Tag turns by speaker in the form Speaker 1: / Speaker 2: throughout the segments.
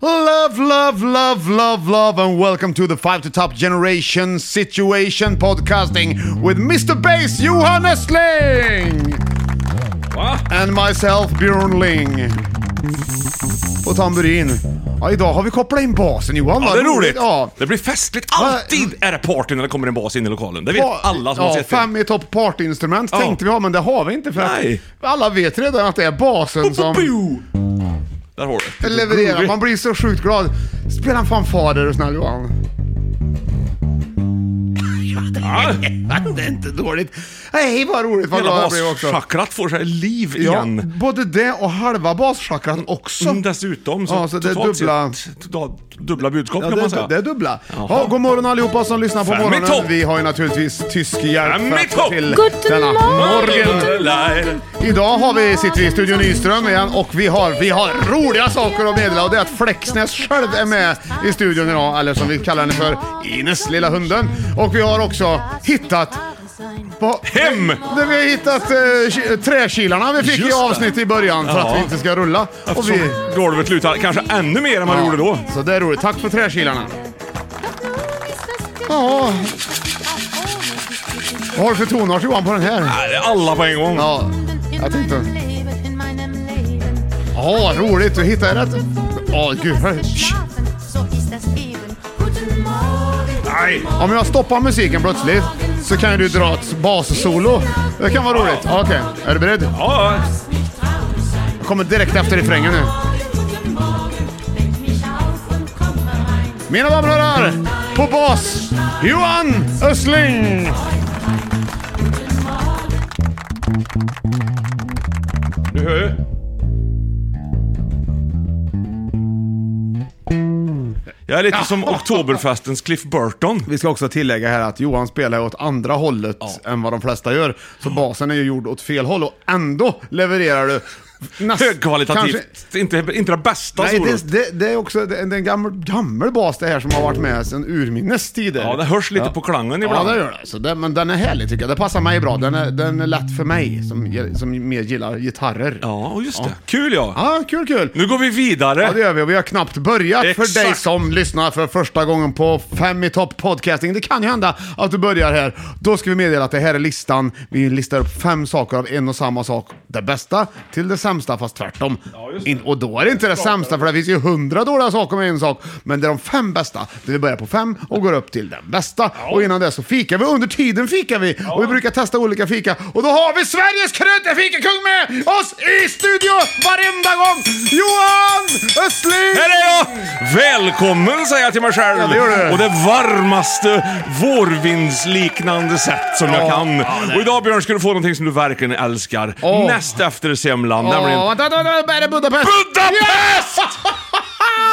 Speaker 1: Love, love, love, love, love, and welcome to the 5 to Top Generation Situation Podcasting with Mr. Bass Johan Östling! And myself Björn Ling. Och tamburin. Ja, idag har vi kopplat in basen Johan.
Speaker 2: Ja,
Speaker 1: Vad
Speaker 2: det är roligt!
Speaker 1: Ja.
Speaker 2: Det blir festligt. Alltid är det party när det kommer en bas in i lokalen. Det vet
Speaker 1: Pa-
Speaker 2: alla som
Speaker 1: ja,
Speaker 2: har sett film.
Speaker 1: Fem i topp partyinstrument
Speaker 2: Ja.
Speaker 1: tänkte vi ha, men det har vi inte för
Speaker 2: Nej.
Speaker 1: att alla vet redan att det är basen som
Speaker 2: Bo! Där har du det.
Speaker 1: levererar. Man blir så sjukt glad. Spela en fanfar är du snäll Johan. Ja, det är inte dåligt. Nej, vad roligt vad glad
Speaker 2: Hela
Speaker 1: jag blev också.
Speaker 2: baschakrat får sig liv
Speaker 1: Ja,
Speaker 2: igen.
Speaker 1: både det och halva basschakran också.
Speaker 2: Mm, Dessutom, så,
Speaker 1: Ja, så det är
Speaker 2: totalt
Speaker 1: dubbla-
Speaker 2: sett, totalt dubbla budskap
Speaker 1: Ja,
Speaker 2: kan man
Speaker 1: det,
Speaker 2: säga.
Speaker 1: det är dubbla.
Speaker 2: Jaha.
Speaker 1: Ja, god morgon allihopa som lyssnar på
Speaker 2: Fem i
Speaker 1: morgonen.
Speaker 2: topp.
Speaker 1: Vi har ju naturligtvis tysk hjälp
Speaker 2: Fem
Speaker 1: för
Speaker 2: i
Speaker 1: att få
Speaker 2: topp.
Speaker 1: till
Speaker 3: God
Speaker 1: denna
Speaker 2: Morgen,
Speaker 1: morgon.
Speaker 2: eller?
Speaker 1: Idag har vi, sitter vi i Studio Nyström igen och vi har, vi har roliga saker att meddela och det är att Flexnäs själv är med i studion idag, eller som vi kallar henne för, Ines, lilla hunden. Och vi har också hittat på,
Speaker 2: Hem!
Speaker 1: Där vi har hittat eh, ki- träkilarna vi fick
Speaker 2: Just
Speaker 1: i
Speaker 2: det.
Speaker 1: avsnitt i början för
Speaker 2: Ja.
Speaker 1: att vi inte ska rulla. Och
Speaker 2: Eftersom
Speaker 1: vi,
Speaker 2: Alltså, golvet lutar kanske ännu mer än man gjorde då.
Speaker 1: Så det är roligt. Tack för träkilarna. Ja. Vad har du för tonart Johan på den här?
Speaker 2: Nej, det är alla på en gång.
Speaker 1: Ja, jag tänkte... Ja, roligt. Du hittade rätt. Ja, gud. Shh.
Speaker 2: Nej!
Speaker 1: Om jag stoppar musiken plötsligt så kan ju du dra ett bassolo. Det kan vara roligt. Ja, Okej, är du beredd?
Speaker 2: Ja,
Speaker 1: Jag kommer direkt efter refrängen nu. Mina damer och herrar, på bas, Johan Östling!
Speaker 2: du hör ju. Jag är lite som Oktoberfestens Cliff Burton.
Speaker 1: Vi ska också tillägga här att Johan spelar åt andra hållet än vad de flesta gör. Så basen är ju gjord åt fel håll och ändå levererar du näst-
Speaker 2: Högkvalitativt.
Speaker 1: kanske-
Speaker 2: Inte, inte det bästa
Speaker 1: Nej,
Speaker 2: solot.
Speaker 1: det, det, det är också det, det är en gammal, gammal bas det här som har varit med sedan urminnes tider.
Speaker 2: Ja, det hörs lite på klangen
Speaker 1: Ja,
Speaker 2: ibland.
Speaker 1: det gör det. Så det. Men den är härlig tycker jag. Det passar mig bra. Den är, den är lätt för mig som, ge- som mer gillar gitarrer.
Speaker 2: Ja, och just det. Kul ja.
Speaker 1: Ja, kul kul.
Speaker 2: Nu går vi vidare.
Speaker 1: Ja det gör vi och vi har knappt börjat för
Speaker 2: Exakt.
Speaker 1: dig som lyssnar för första gången på Fem i topp podcasting. Det kan ju hända att du börjar här. Då ska vi meddela att det här är listan. Vi listar upp fem saker av en och samma sak. Det bästa till det sämsta fast tvärtom.
Speaker 2: just det.
Speaker 1: In, och då är det inte det sämsta för det finns ju hundra dåliga saker med en sak. Men det är de fem bästa. Där vi börjar på fem och går upp till den bästa. Och innan det så fikar vi. Under tiden fikar vi. Och vi brukar testa olika fika. Och då har vi Sveriges krönte fikakung med oss i studio varenda gång! Johan Östling!
Speaker 2: Här är jag! Välkommen säger jag till mig själv.
Speaker 1: Ja, det gör du.
Speaker 2: Och det varmaste vårvindsliknande sätt som jag kan. och idag Björn ska du få någonting som du verkligen älskar.
Speaker 1: Åh.
Speaker 2: Näst efter semlan, nämligen
Speaker 1: Åh, vänta, vänta, vänta, är det Budapest?
Speaker 2: Budapest!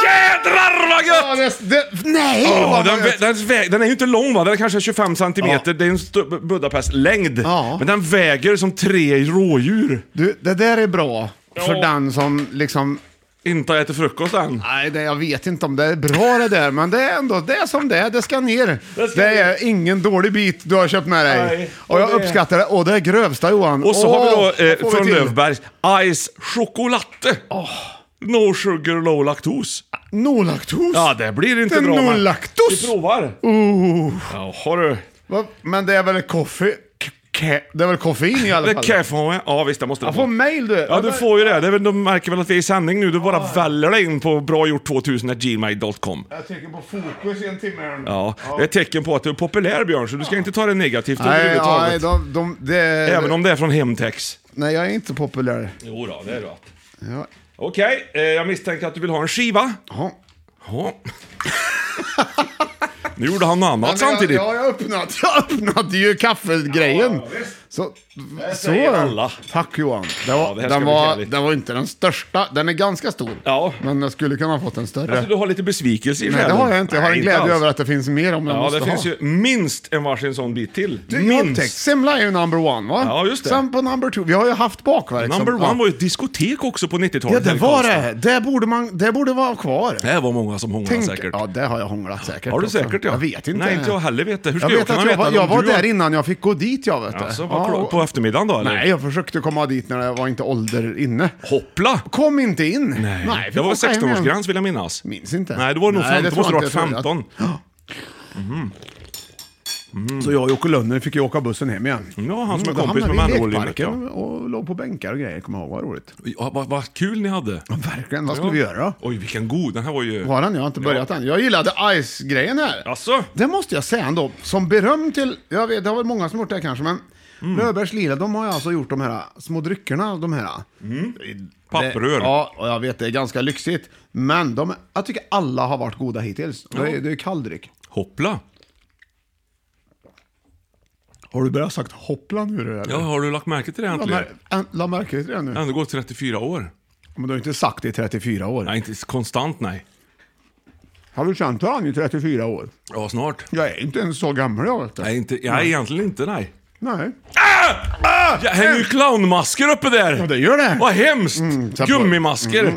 Speaker 2: Jädrar vad
Speaker 1: Ja,
Speaker 2: gött!
Speaker 1: det, det, nej!
Speaker 2: Åh,
Speaker 1: vad
Speaker 2: den, vä-
Speaker 1: gött.
Speaker 2: den, vä- den är ju inte lång va? Den är kanske 25 centimeter. Det är en stu- Budapest-längd.
Speaker 1: Ja.
Speaker 2: Men den väger som tre rådjur.
Speaker 1: du, det där är bra för den som liksom
Speaker 2: inte har ätit frukost än.
Speaker 1: Nej, det, jag vet inte om det är bra det där, men det är ändå det är som det är. Det ska ner. Det,
Speaker 2: Det ska
Speaker 1: är ingen dålig bit du har köpt med dig.
Speaker 2: Nej,
Speaker 1: och jag
Speaker 2: och det-
Speaker 1: uppskattar det. Och det är grövsta Johan.
Speaker 2: Och så
Speaker 1: Åh,
Speaker 2: har vi
Speaker 1: vad
Speaker 2: då
Speaker 1: får
Speaker 2: eh,
Speaker 1: vi
Speaker 2: från
Speaker 1: till?
Speaker 2: Löfbergs Ice Chocolate. No sugar, low lactos.
Speaker 1: No laktos.
Speaker 2: Ja, det blir inte
Speaker 1: Det är
Speaker 2: bra. men-
Speaker 1: no
Speaker 2: Vi
Speaker 1: laktos.
Speaker 2: provar. Ja, har du.
Speaker 1: Va? Men det är väl koffe... k- ke- Det är väl koffein i
Speaker 2: Det
Speaker 1: alla
Speaker 2: är
Speaker 1: fall?
Speaker 2: kaffe. Ja, visst det måste det
Speaker 1: Jag får
Speaker 2: vara.
Speaker 1: mail du.
Speaker 2: Ja, du får ju det. det är väl, de märker väl att vi är i sändning nu. Du bara
Speaker 1: Ah.
Speaker 2: väller dig in på bragjort2000gmail.com.
Speaker 1: Jag tänker på fokus i en timme här nu.
Speaker 2: Ja, det är ett tecken på att du är populär Björn, så du ska inte ta det negativt
Speaker 1: Ah. Nej, nej,
Speaker 2: överhuvudtaget.
Speaker 1: de, de, det,
Speaker 2: Även om det är från Hemtex.
Speaker 1: nej, jag är inte populär.
Speaker 2: Jo då, det är rätt.
Speaker 1: Ja.
Speaker 2: Okej, eh, jag misstänker att du vill ha en skiva.
Speaker 1: Ja.
Speaker 2: Ja. nu gjorde han något annat samtidigt.
Speaker 1: Ja, jag har öppnat. Jag öppnade ju kaffegrejen.
Speaker 2: Ja, ja, visst.
Speaker 1: så, så.
Speaker 2: säger alla.
Speaker 1: Tack Johan. Det var,
Speaker 2: Ja, det här ska
Speaker 1: den,
Speaker 2: bli
Speaker 1: var,
Speaker 2: trevligt.
Speaker 1: den var inte den största. Den är ganska stor.
Speaker 2: Ja.
Speaker 1: Men jag skulle kunna ha fått en större.
Speaker 2: Alltså, du har lite besvikelse i
Speaker 1: nej, det
Speaker 2: själen.
Speaker 1: har jag inte. Jag har
Speaker 2: Nej,
Speaker 1: en glädje
Speaker 2: alls.
Speaker 1: över att det finns mer om jag
Speaker 2: Ja,
Speaker 1: måste
Speaker 2: det finns
Speaker 1: ha.
Speaker 2: ju minst en varsin sån bit till.
Speaker 1: Du, jag har upptäckt,
Speaker 2: minst!
Speaker 1: Semla är ju number one va?
Speaker 2: Ja, just det.
Speaker 1: Sen på number two. Vi har ju haft bakverk. som-
Speaker 2: Number
Speaker 1: liksom, ja.
Speaker 2: one var ju ett diskotek också på 90-talet.
Speaker 1: Ja, det
Speaker 2: här i
Speaker 1: var
Speaker 2: Karlstad.
Speaker 1: det. Det borde, man, det borde vara kvar.
Speaker 2: Det här var många som hånglade säkert.
Speaker 1: Ja, det har jag hånglat säkert.
Speaker 2: har du
Speaker 1: också.
Speaker 2: säkert ja?
Speaker 1: Jag vet inte.
Speaker 2: Nej, inte jag heller vet det. Hur ska
Speaker 1: Jag
Speaker 2: jag,
Speaker 1: vet
Speaker 2: kunna
Speaker 1: att jag,
Speaker 2: veta
Speaker 1: var,
Speaker 2: om
Speaker 1: jag var
Speaker 2: du har-
Speaker 1: där innan jag fick gå dit, jag vet
Speaker 2: Alltså,
Speaker 1: det.
Speaker 2: vad
Speaker 1: Ja,
Speaker 2: klo-
Speaker 1: och-
Speaker 2: på eftermiddagen då eller?
Speaker 1: Nej, jag försökte komma dit när jag var inte ålder inne.
Speaker 2: Hoppla!
Speaker 1: Kom inte in!
Speaker 2: Nej,
Speaker 1: vi
Speaker 2: det var
Speaker 1: åker hem igen.
Speaker 2: 16-årsgräns vill jag minnas.
Speaker 1: Minns inte.
Speaker 2: Nej, det var nog
Speaker 1: Nej,
Speaker 2: fem,
Speaker 1: det
Speaker 2: det måste ha
Speaker 1: tror
Speaker 2: varit
Speaker 1: jag inte.
Speaker 2: 15.
Speaker 1: Så jag och Jocke Lönner fick ju åka bussen hem igen. Mm.
Speaker 2: Ja, han som är
Speaker 1: då
Speaker 2: kompis
Speaker 1: hamnade
Speaker 2: med
Speaker 1: vi i
Speaker 2: Mannerholm,
Speaker 1: lekparken och låg på bänkar och grejer, kommer jag ihåg. Vad roligt.
Speaker 2: Ja, vad, vad kul ni hade.
Speaker 1: Ja, Verkligen, vad skulle vi göra då?
Speaker 2: Oj, vilken god. Den här var ju...
Speaker 1: Har han? Jag har inte börjat än. Jag gillade Ice-grejen här.
Speaker 2: Alltså?
Speaker 1: Det måste jag säga ändå, som beröm till, jag vet, det har väl många som gjort det här kanske, men
Speaker 2: Mm.
Speaker 1: Löfbergs Lila, de har ju alltså gjort de här små dryckerna, de här. Det-
Speaker 2: Mm. Papprör.
Speaker 1: ja, och jag vet, det är ganska lyxigt. Men de, jag tycker alla har varit goda hittills. Det är, det är kalldryck.
Speaker 2: Hoppla.
Speaker 1: Har du börjat sagt hoppla nu eller?
Speaker 2: Ja, har du lagt märke till det
Speaker 1: La
Speaker 2: äntligen?
Speaker 1: mär- än- la märke till det nu.
Speaker 2: Det har ändå gått 34 år.
Speaker 1: Men du har inte sagt det i 34 år.
Speaker 2: Nej, inte konstant nej.
Speaker 1: Har du känt han i 34 år?
Speaker 2: Ja, snart.
Speaker 1: Jag är inte ens så gammal jag vet. du.
Speaker 2: Nej, inte, ja, egentligen inte nej.
Speaker 1: Nej.
Speaker 2: Jag hänger ju clownmasker uppe där!
Speaker 1: Ja, det gör det. Mm,
Speaker 2: Vad hemskt!
Speaker 1: så- mm,
Speaker 2: Gummimasker!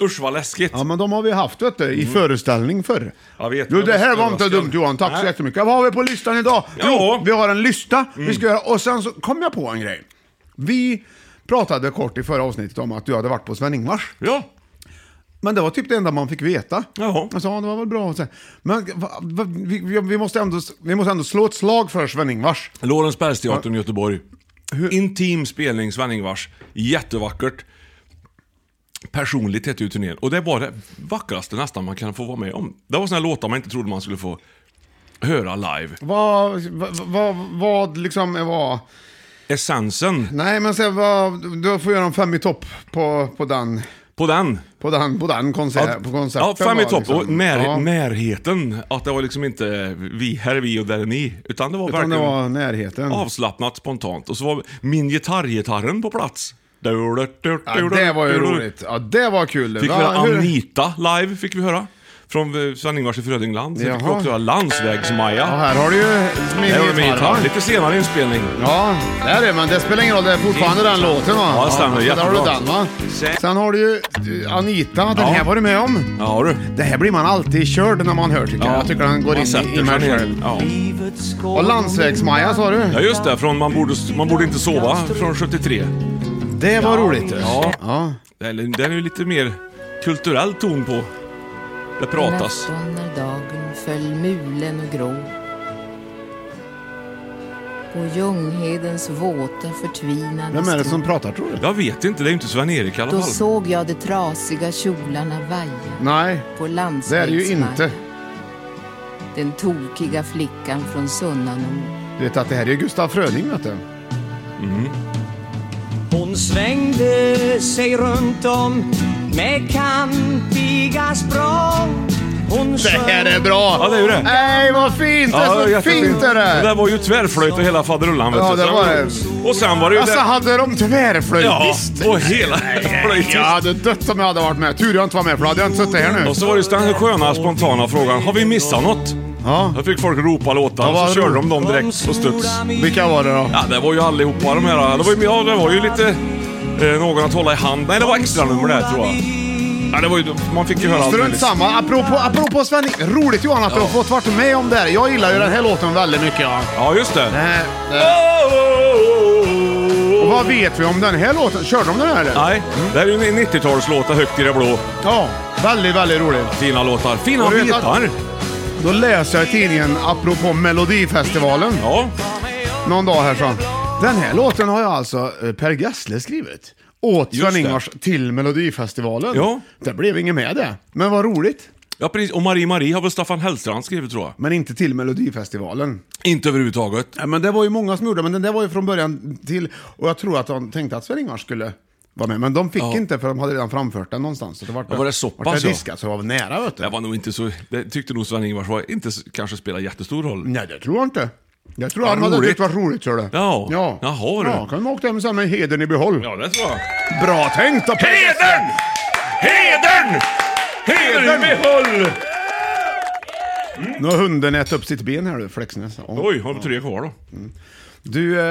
Speaker 2: Usch vad läskigt.
Speaker 1: Ja men de har vi haft vet du, i föreställning förr.
Speaker 2: Jag Mm. vet,
Speaker 1: du,
Speaker 2: jag
Speaker 1: det här
Speaker 2: måste
Speaker 1: var inte
Speaker 2: överraska.
Speaker 1: dumt Johan, tack så
Speaker 2: Nej.
Speaker 1: jättemycket. Vad har vi på listan idag?
Speaker 2: Ja. Mm.
Speaker 1: vi har en lista vi ska göra och sen så kom jag på en grej. Vi pratade kort i förra avsnittet om att du hade varit på Sven-Ingvars.
Speaker 2: Ja.
Speaker 1: Men det var typ det enda man fick veta.
Speaker 2: Jaha.
Speaker 1: Jag sa, ja, det var väl bra. och så här. Men va, va, vi, vi- vi, måste ändå, vi måste ändå slå ett slag för Sven-Ingvars.
Speaker 2: Lorensbergsteatern i Göteborg. Intim spelning, Sven-Ingvars. Jättevackert. Personligt hette ju turnén. Och det var det vackraste nästan man kan få vara med om. Det var såna här låtar man inte trodde man skulle få höra live.
Speaker 1: Vad, vad, vad, vad liksom var...
Speaker 2: Essensen
Speaker 1: Nej men så här, vad, du får göra en fem i topp på, på den.
Speaker 2: på den.
Speaker 1: På den, på den konsert, Eh, på konserten.
Speaker 2: ja, fem i
Speaker 1: var
Speaker 2: topp.
Speaker 1: liksom-
Speaker 2: Och när,
Speaker 1: ja,
Speaker 2: närheten. Att det var liksom inte vi, här är vi och där är ni. Utan det var
Speaker 1: utan det
Speaker 2: verkligen
Speaker 1: var närheten.
Speaker 2: avslappnat, spontant. Och så var min gitarrgitarren på plats.
Speaker 1: ja, det var ju roligt. Ja, det var kul. det.
Speaker 2: Fick vi
Speaker 1: Va,
Speaker 2: höra
Speaker 1: hur-
Speaker 2: Anita live, fick vi höra. Från eh, Sven-Ingvars i Frödingland. Sen fick vi
Speaker 1: Jaha.
Speaker 2: också höra Landsvägs-Maja.
Speaker 1: Ja, här har du ju min
Speaker 2: Här har vi min
Speaker 1: gitarr. va?
Speaker 2: gitarr. Lite senare inspelning.
Speaker 1: Ja, det är det, men det spelar ingen roll. Det är fortfarande den låten va?
Speaker 2: Ja, det stämmer.
Speaker 1: så där har du
Speaker 2: Jättebra.
Speaker 1: den va?
Speaker 2: Sen-
Speaker 1: Sen har du ju eh, Anita, den här var du med om.
Speaker 2: Ja du.
Speaker 1: Det här blir man alltid körd när man hör tycker jag. Jag tycker den går
Speaker 2: Man
Speaker 1: in
Speaker 2: sätter
Speaker 1: i, i mig
Speaker 2: sig ner.
Speaker 1: själv.
Speaker 2: Ja.
Speaker 1: Och Landsvägs-Maja sa du?
Speaker 2: ja just det, från man borde, man borde inte sova från 73.
Speaker 1: Det var roligt. Ja. ja.
Speaker 2: Eller, Den är ju lite mer kulturell ton på. Det pratas.
Speaker 3: Afton när dagen föll mulen och grå. På Ljunghedens våta förtvinade
Speaker 1: Vem är det
Speaker 3: skog.
Speaker 1: som pratar tror du?
Speaker 2: Jag vet inte, det är ju inte Sven-Erik i alla
Speaker 3: Då
Speaker 2: fall.
Speaker 3: såg jag de trasiga kjolarna vaja
Speaker 1: Nej,
Speaker 3: på
Speaker 1: det är det ju
Speaker 3: landsvägsmarken.
Speaker 1: inte.
Speaker 3: Den tokiga flickan från Sunnanå.
Speaker 1: Du vet att det här är ju Gustaf Fröding vet du.
Speaker 4: Hon svängde sig runt om med kantiga språng. Hon
Speaker 1: Det här är bra!
Speaker 2: Ja, det är ju det.
Speaker 1: Nej, vad fint! Det är så
Speaker 2: jättefint.
Speaker 1: fint det
Speaker 2: Det där
Speaker 1: där!
Speaker 2: var ju tvärflöjt och hela faderullan vet
Speaker 1: Ja,
Speaker 2: du.
Speaker 1: det
Speaker 2: Sen-
Speaker 1: var det.
Speaker 2: Och sen var det ju
Speaker 1: Alltså,
Speaker 2: det.
Speaker 1: hade de
Speaker 2: Ja,
Speaker 1: tvärflöjtist?
Speaker 2: och hela flöjtist.
Speaker 1: Jag hade dött om jag hade varit med. Tur jag inte var med för då hade jag inte suttit här nu.
Speaker 2: Och så var det just den här sköna spontana frågan, har vi missat något?
Speaker 1: Ja.
Speaker 2: Då fick folk ropa låtar
Speaker 1: Ja,
Speaker 2: och
Speaker 1: vad
Speaker 2: så körde
Speaker 1: roligt.
Speaker 2: de dem direkt på studs.
Speaker 1: Vilka var det då?
Speaker 2: Ja, det var ju allihopa de här. Det var ju, ja, det var ju lite eh, någon att hålla i hand. Nej, det var extra nummer där tror jag. Ja, det var ju, man fick ju höra allt
Speaker 1: Strunt
Speaker 2: möjligt.
Speaker 1: samma. Apropå, apropå Sven... Roligt Johan att du
Speaker 2: Ja.
Speaker 1: har fått varit med om det här. Jag gillar ju den här låten väldigt mycket. Ja.
Speaker 2: Ja, just det.
Speaker 1: Eh, eh. Och vad vet vi om den här låten? Körde de den här eller?
Speaker 2: Nej, det här är ju en 90-talslåt, Högt i det blå.
Speaker 1: Ja, väldigt, väldigt roligt.
Speaker 2: Fina låtar. Fina
Speaker 1: Och du vet att-
Speaker 2: bitar.
Speaker 1: Då läser jag i tidningen, apropå Melodifestivalen,
Speaker 2: Ja.
Speaker 1: någon dag här från. Den här låten har jag alltså eh, Per Gessle skrivit. Åt
Speaker 2: Just det.
Speaker 1: Sven-Ingvars till Melodifestivalen.
Speaker 2: Ja.
Speaker 1: Det blev inget med det. Men vad roligt.
Speaker 2: ja, precis. Och Marie Marie har väl Staffan Hellstrand skrivit tror jag.
Speaker 1: Men inte till Melodifestivalen.
Speaker 2: Inte överhuvudtaget.
Speaker 1: Ja, men det var ju många som gjorde men den där var ju från början till. Och jag tror att de tänkte att Sven-Ingvars skulle vara med. Men de fick
Speaker 2: Ja.
Speaker 1: inte för de hade redan framfört den någonstans. Så det var,
Speaker 2: Ja, var det så
Speaker 1: Vart
Speaker 2: pass,
Speaker 1: det
Speaker 2: ja?
Speaker 1: diskat, så det var nära vet du.
Speaker 2: Det var nog inte så... Det tyckte nog Sven-Ingvars var inte så- kanske spelade jättestor roll.
Speaker 1: Nej, det tror jag inte. Jag tror
Speaker 2: Ja,
Speaker 1: han hade
Speaker 2: roligt.
Speaker 1: tyckt det var roligt, tror du.
Speaker 2: Ja.
Speaker 1: ja.
Speaker 2: Jaha, du.
Speaker 1: Ja, kan man åka hem sen med hedern i behåll.
Speaker 2: Ja, det tror jag.
Speaker 1: Bra tänkt då, Per Gessle.
Speaker 2: Hedern! Hedern! Hedern i behåll!
Speaker 1: Nu har hunden ätit upp sitt ben här du, Flexnäs. Ja.
Speaker 2: Oj, har du tre kvar då?
Speaker 1: Du, eh,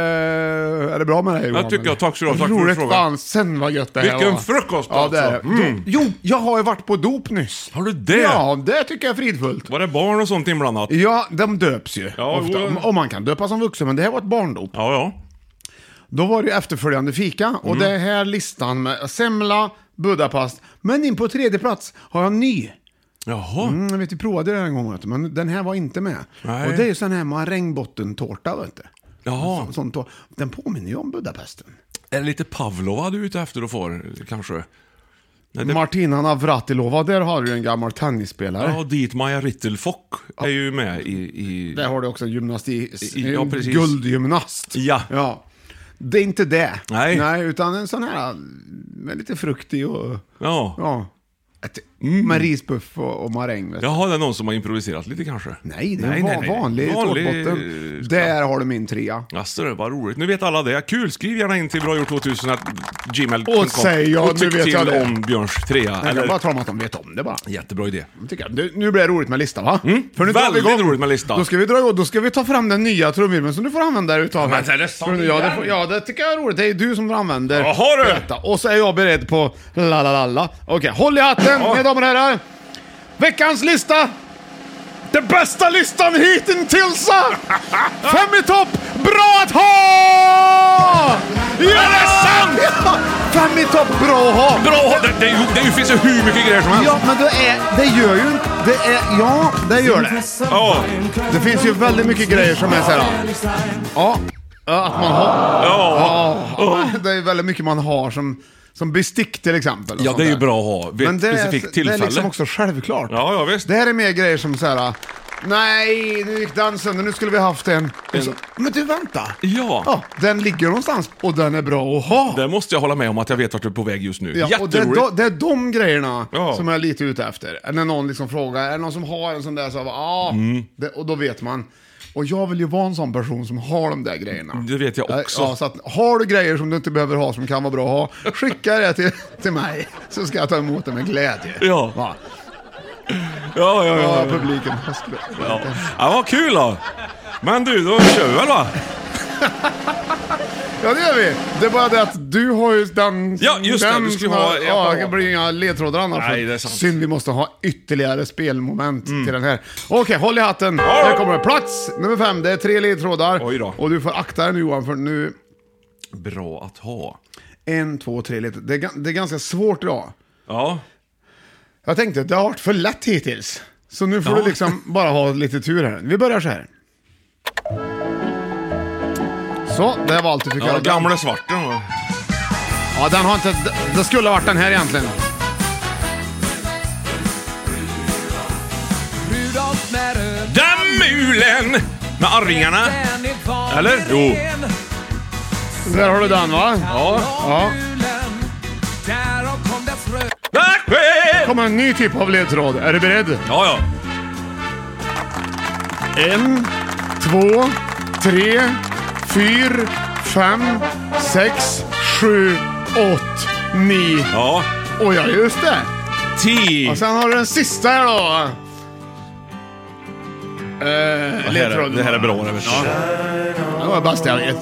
Speaker 1: är det bra med dig Johan?
Speaker 2: Jag tycker jag. Tack så mycket. Tack för
Speaker 1: Roligt
Speaker 2: frågan.
Speaker 1: fan, sen vad gött det här
Speaker 2: Vilken
Speaker 1: var.
Speaker 2: frukost,
Speaker 1: ja, det är
Speaker 2: alltså.
Speaker 1: det.
Speaker 2: Mm.
Speaker 1: Jo, jag har ju varit på dop nyss.
Speaker 2: Har du det?
Speaker 1: Ja, det tycker jag är fridfullt.
Speaker 2: Var det barn och sånt inblandat?
Speaker 1: Ja, de döps ju.
Speaker 2: Ja,
Speaker 1: ofta.
Speaker 2: jo.
Speaker 1: Om man kan döpa som vuxen, men det här var ett barndop.
Speaker 2: Ja, ja.
Speaker 1: Då var det ju efterföljande fika och
Speaker 2: Mm.
Speaker 1: det här listan med semla, Budapest. Men in på tredje plats har jag en ny.
Speaker 2: Jaha.
Speaker 1: Mm, jag vet, vi provade den en gång, vet du, men den här var inte med.
Speaker 2: Nej.
Speaker 1: Och det är ju sån här marängbottentårta, vet du.
Speaker 2: Jaha.
Speaker 1: Sån tår- den påminner ju om Budapesten.
Speaker 2: Är det lite Pavlova du är ute efter och får, kanske? Nej, det...
Speaker 1: Martina Navratilova, där har du ju en gammal tennisspelare.
Speaker 2: Ja, dit Maja Rittelfock är ju med i... i...
Speaker 1: Där har du också en gymnastik,
Speaker 2: I- ja,
Speaker 1: en
Speaker 2: precis.
Speaker 1: guldgymnast.
Speaker 2: Ja.
Speaker 1: ja. Det är inte det.
Speaker 2: Nej.
Speaker 1: utan en sån här med lite fruktig och...
Speaker 2: Ja.
Speaker 1: Ja. Ett,
Speaker 2: Mm.
Speaker 1: Med rispuff och, och maräng. Vet du.
Speaker 2: Jaha, det är någon som har improviserat lite kanske?
Speaker 1: Nej, det är en va- vanlig, tårtbotten.
Speaker 2: eh,
Speaker 1: Där har du min trea.
Speaker 2: Jaså du, vad roligt. Nu vet alla det. Kul! Skriv gärna in till bragjort2000gmail.com
Speaker 1: Och säg ja,
Speaker 2: och
Speaker 1: nu
Speaker 2: tyck
Speaker 1: vet
Speaker 2: till
Speaker 1: jag det.
Speaker 2: om Björns trea.
Speaker 1: Nej,
Speaker 2: Eller...
Speaker 1: Jag bara tror att de vet om det bara.
Speaker 2: Jättebra idé.
Speaker 1: Tycker jag. Du, nu blir det roligt med lista va? För nu drar vi
Speaker 2: Mm. Väldigt
Speaker 1: igång.
Speaker 2: roligt med lista.
Speaker 1: Då ska vi dra igång, då ska vi ta fram den nya trumvirveln som du får använda dig utav.
Speaker 2: Men
Speaker 1: här.
Speaker 2: så är det sant
Speaker 1: För nu- ja, det
Speaker 2: igen.
Speaker 1: får, ja, det tycker jag är roligt. Det är du som använder
Speaker 2: Jaha, du.
Speaker 1: detta. Och så är jag beredd på la la la la. Okej, håll i hatten mina damer och herrar. Veckans lista! Den bästa listan hittills! Fem i topp, bra att ha! Ja!
Speaker 2: Är det sant?
Speaker 1: Ja! Fem i topp, bra att ha!
Speaker 2: Bra! Det, det, är ju- det är ju- finns ju hur mycket grejer som helst.
Speaker 1: Ja, men det, är, det gör ju inte... Det är, ja, det gör det.
Speaker 2: Ja.
Speaker 1: Det finns ju väldigt mycket grejer som är såhär... Ja, ja, att man har...
Speaker 2: Ja.
Speaker 1: Ja, det är väldigt mycket man har som, som bestick till exempel. och
Speaker 2: ja,
Speaker 1: sånt
Speaker 2: det är ju
Speaker 1: där.
Speaker 2: bra att ha vid
Speaker 1: Men
Speaker 2: ett
Speaker 1: det är,
Speaker 2: specifikt
Speaker 1: det är
Speaker 2: tillfälle.
Speaker 1: liksom också självklart.
Speaker 2: Ja, ja visst.
Speaker 1: Det här är mer grejer som såhär... Nej, nu gick den sönder, nu skulle vi haft en... Och Så, men du, vänta!
Speaker 2: Ja.
Speaker 1: ja! Den ligger någonstans och den är bra att ha.
Speaker 2: Det måste jag hålla med om att jag vet vart du är på väg just nu.
Speaker 1: Ja, och det, är
Speaker 2: Jätteroligt.
Speaker 1: de, det är de grejerna
Speaker 2: Ja.
Speaker 1: som jag är lite ute efter. När någon liksom frågar, är det någon som har en sån där? Så, jag bara, ah,
Speaker 2: Mm.
Speaker 1: det, och då vet man. Och jag vill ju vara en sån person som har de där grejerna.
Speaker 2: Det vet jag också.
Speaker 1: Ja, så att, har du grejer som du inte behöver ha som kan vara bra att ha, skicka det till, till mig så ska jag ta emot det med glädje.
Speaker 2: Ja.
Speaker 1: Va?
Speaker 2: Ja, ja,
Speaker 1: Ja,
Speaker 2: ja. ja.
Speaker 1: publiken. Jag skulle-
Speaker 2: ja. ja vad kul då. Men du, då kör vi väl va?
Speaker 1: Ja, det gör vi. Det är bara det att du har ju den...
Speaker 2: Ja, just det.
Speaker 1: den
Speaker 2: Du ska ju
Speaker 1: som
Speaker 2: ha-
Speaker 1: har- Ja, det blir inga ledtrådar annars.
Speaker 2: Nej, det är sant. Mm.
Speaker 1: Synd, vi måste ha ytterligare spelmoment till den här. Okej, håll i hatten.
Speaker 2: Ja.
Speaker 1: Här kommer det. Plats nummer fem. Det är tre ledtrådar.
Speaker 2: Oj då.
Speaker 1: Och du får akta dig nu Johan, för nu...
Speaker 2: Bra att ha.
Speaker 1: En, två, tre ledtrådar. Det är, ga- det är ganska svårt idag.
Speaker 2: Ja.
Speaker 1: Jag tänkte, det har varit för lätt hittills. Så nu får
Speaker 2: Ja.
Speaker 1: du liksom bara ha lite tur här. Vi börjar så här. Så, det var allt du fick
Speaker 2: ja
Speaker 1: höra.
Speaker 2: gamle svarten va?
Speaker 1: Ja, den har inte... Det skulle ha varit den här egentligen.
Speaker 4: Rudolf med röd
Speaker 2: Dammulen! Med arvingarna.
Speaker 4: den är van
Speaker 2: Eller?
Speaker 4: vid
Speaker 2: Jo.
Speaker 4: ren.
Speaker 1: Där har du den va?
Speaker 2: Ja.
Speaker 1: Ja.
Speaker 4: Julen, Därav kom dess röd
Speaker 2: Där sker-
Speaker 1: kommer en ny typ av ledtråd. Är du beredd?
Speaker 2: Ja, ja.
Speaker 1: En, två, tre, fyra, fem, sex, sju, åtta, nio.
Speaker 2: Ja.
Speaker 1: Och ja, just det.
Speaker 2: Ti.
Speaker 1: Och sen har du den sista här då. Eh,
Speaker 2: Det här, är-
Speaker 1: ledtråden.
Speaker 2: det här är bra det vet du.
Speaker 1: Det var det bästa jag vet.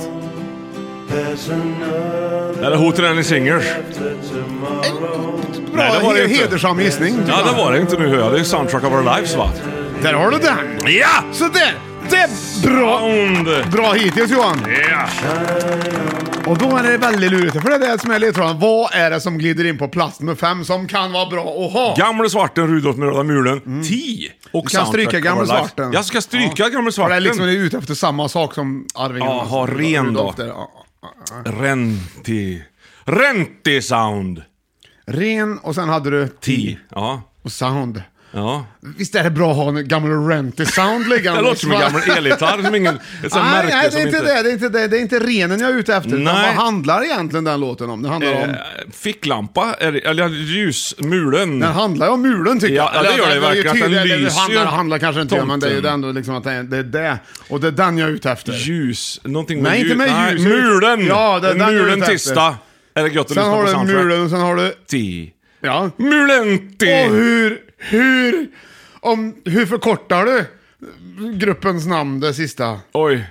Speaker 2: Eller Hotel Elling Singers.
Speaker 1: Bra
Speaker 2: Nej, det var det
Speaker 1: he-
Speaker 2: inte.
Speaker 1: hedersam gissning. tycker
Speaker 2: Ja,
Speaker 1: jag.
Speaker 2: det var det inte nu. hör. Det är Soundtrack of Our Lives, va?
Speaker 1: Där har du den!
Speaker 2: Ja!
Speaker 1: Så där! Det är bra!
Speaker 2: Sound!
Speaker 1: Bra hittills Johan!
Speaker 2: Ja!
Speaker 1: Och då är det väldigt lurigt, för det är det som är ledtråden. Vad är det som glider in på plats nummer fem som kan vara bra att ha?
Speaker 2: Gamle svarten, Rudolf med röda mulen, 10. Och
Speaker 1: Du Mm. kan
Speaker 2: Soundtrack
Speaker 1: stryka
Speaker 2: of
Speaker 1: Gamle
Speaker 2: Our Lives.
Speaker 1: Svarten.
Speaker 2: Jag ska stryka Gamle
Speaker 1: För det är
Speaker 2: Svarten.
Speaker 1: liksom det är ute efter samma sak som Arvingen.
Speaker 2: Ja, ha ren då.
Speaker 1: Rudolf där, ja, ja, ja.
Speaker 2: Renti. Renti-sound.
Speaker 1: Ren och sen hade du
Speaker 2: Ti. Ja.
Speaker 1: och sound.
Speaker 2: Ja.
Speaker 1: Visst är det bra att ha en gammal Renty-sound liggande?
Speaker 2: Det låter som en gammal elgitarr som ingen... Ett sånt
Speaker 1: Nej,
Speaker 2: märke
Speaker 1: nej det,
Speaker 2: som
Speaker 1: är inte det, det är inte det. Det är inte renen jag är ute efter. utan
Speaker 2: Nej.
Speaker 1: Vad handlar egentligen den låten om? Den handlar om...
Speaker 2: Eh, Ficklampa, är det- eller ljusmulen.
Speaker 1: Den handlar ju om mulen tycker
Speaker 2: Mm. Ja,
Speaker 1: jag.
Speaker 2: det gör det
Speaker 1: är ju
Speaker 2: verkligen, att den
Speaker 1: tydligt- Det
Speaker 2: lyser ju.
Speaker 1: handlar, handlar kanske inte om, men det är ju
Speaker 2: Tomten.
Speaker 1: den då liksom att det är det. Är det. Och det är den jag är ute efter.
Speaker 2: Ljus, någonting med
Speaker 1: Nej,
Speaker 2: ljus.
Speaker 1: inte med ljus.
Speaker 2: Mulen!
Speaker 1: Ja, det är
Speaker 2: En
Speaker 1: den jag är
Speaker 2: mulen
Speaker 1: ute efter.
Speaker 2: tisdag. Är det gött att
Speaker 1: sen
Speaker 2: lyssna på
Speaker 1: har du
Speaker 2: soundtrack?
Speaker 1: mulen och sen har du...
Speaker 2: Ti.
Speaker 1: Ja.
Speaker 2: Mulen ti!
Speaker 1: Och hur, hur, om, hur förkortar du gruppens namn, det sista?
Speaker 2: Oj.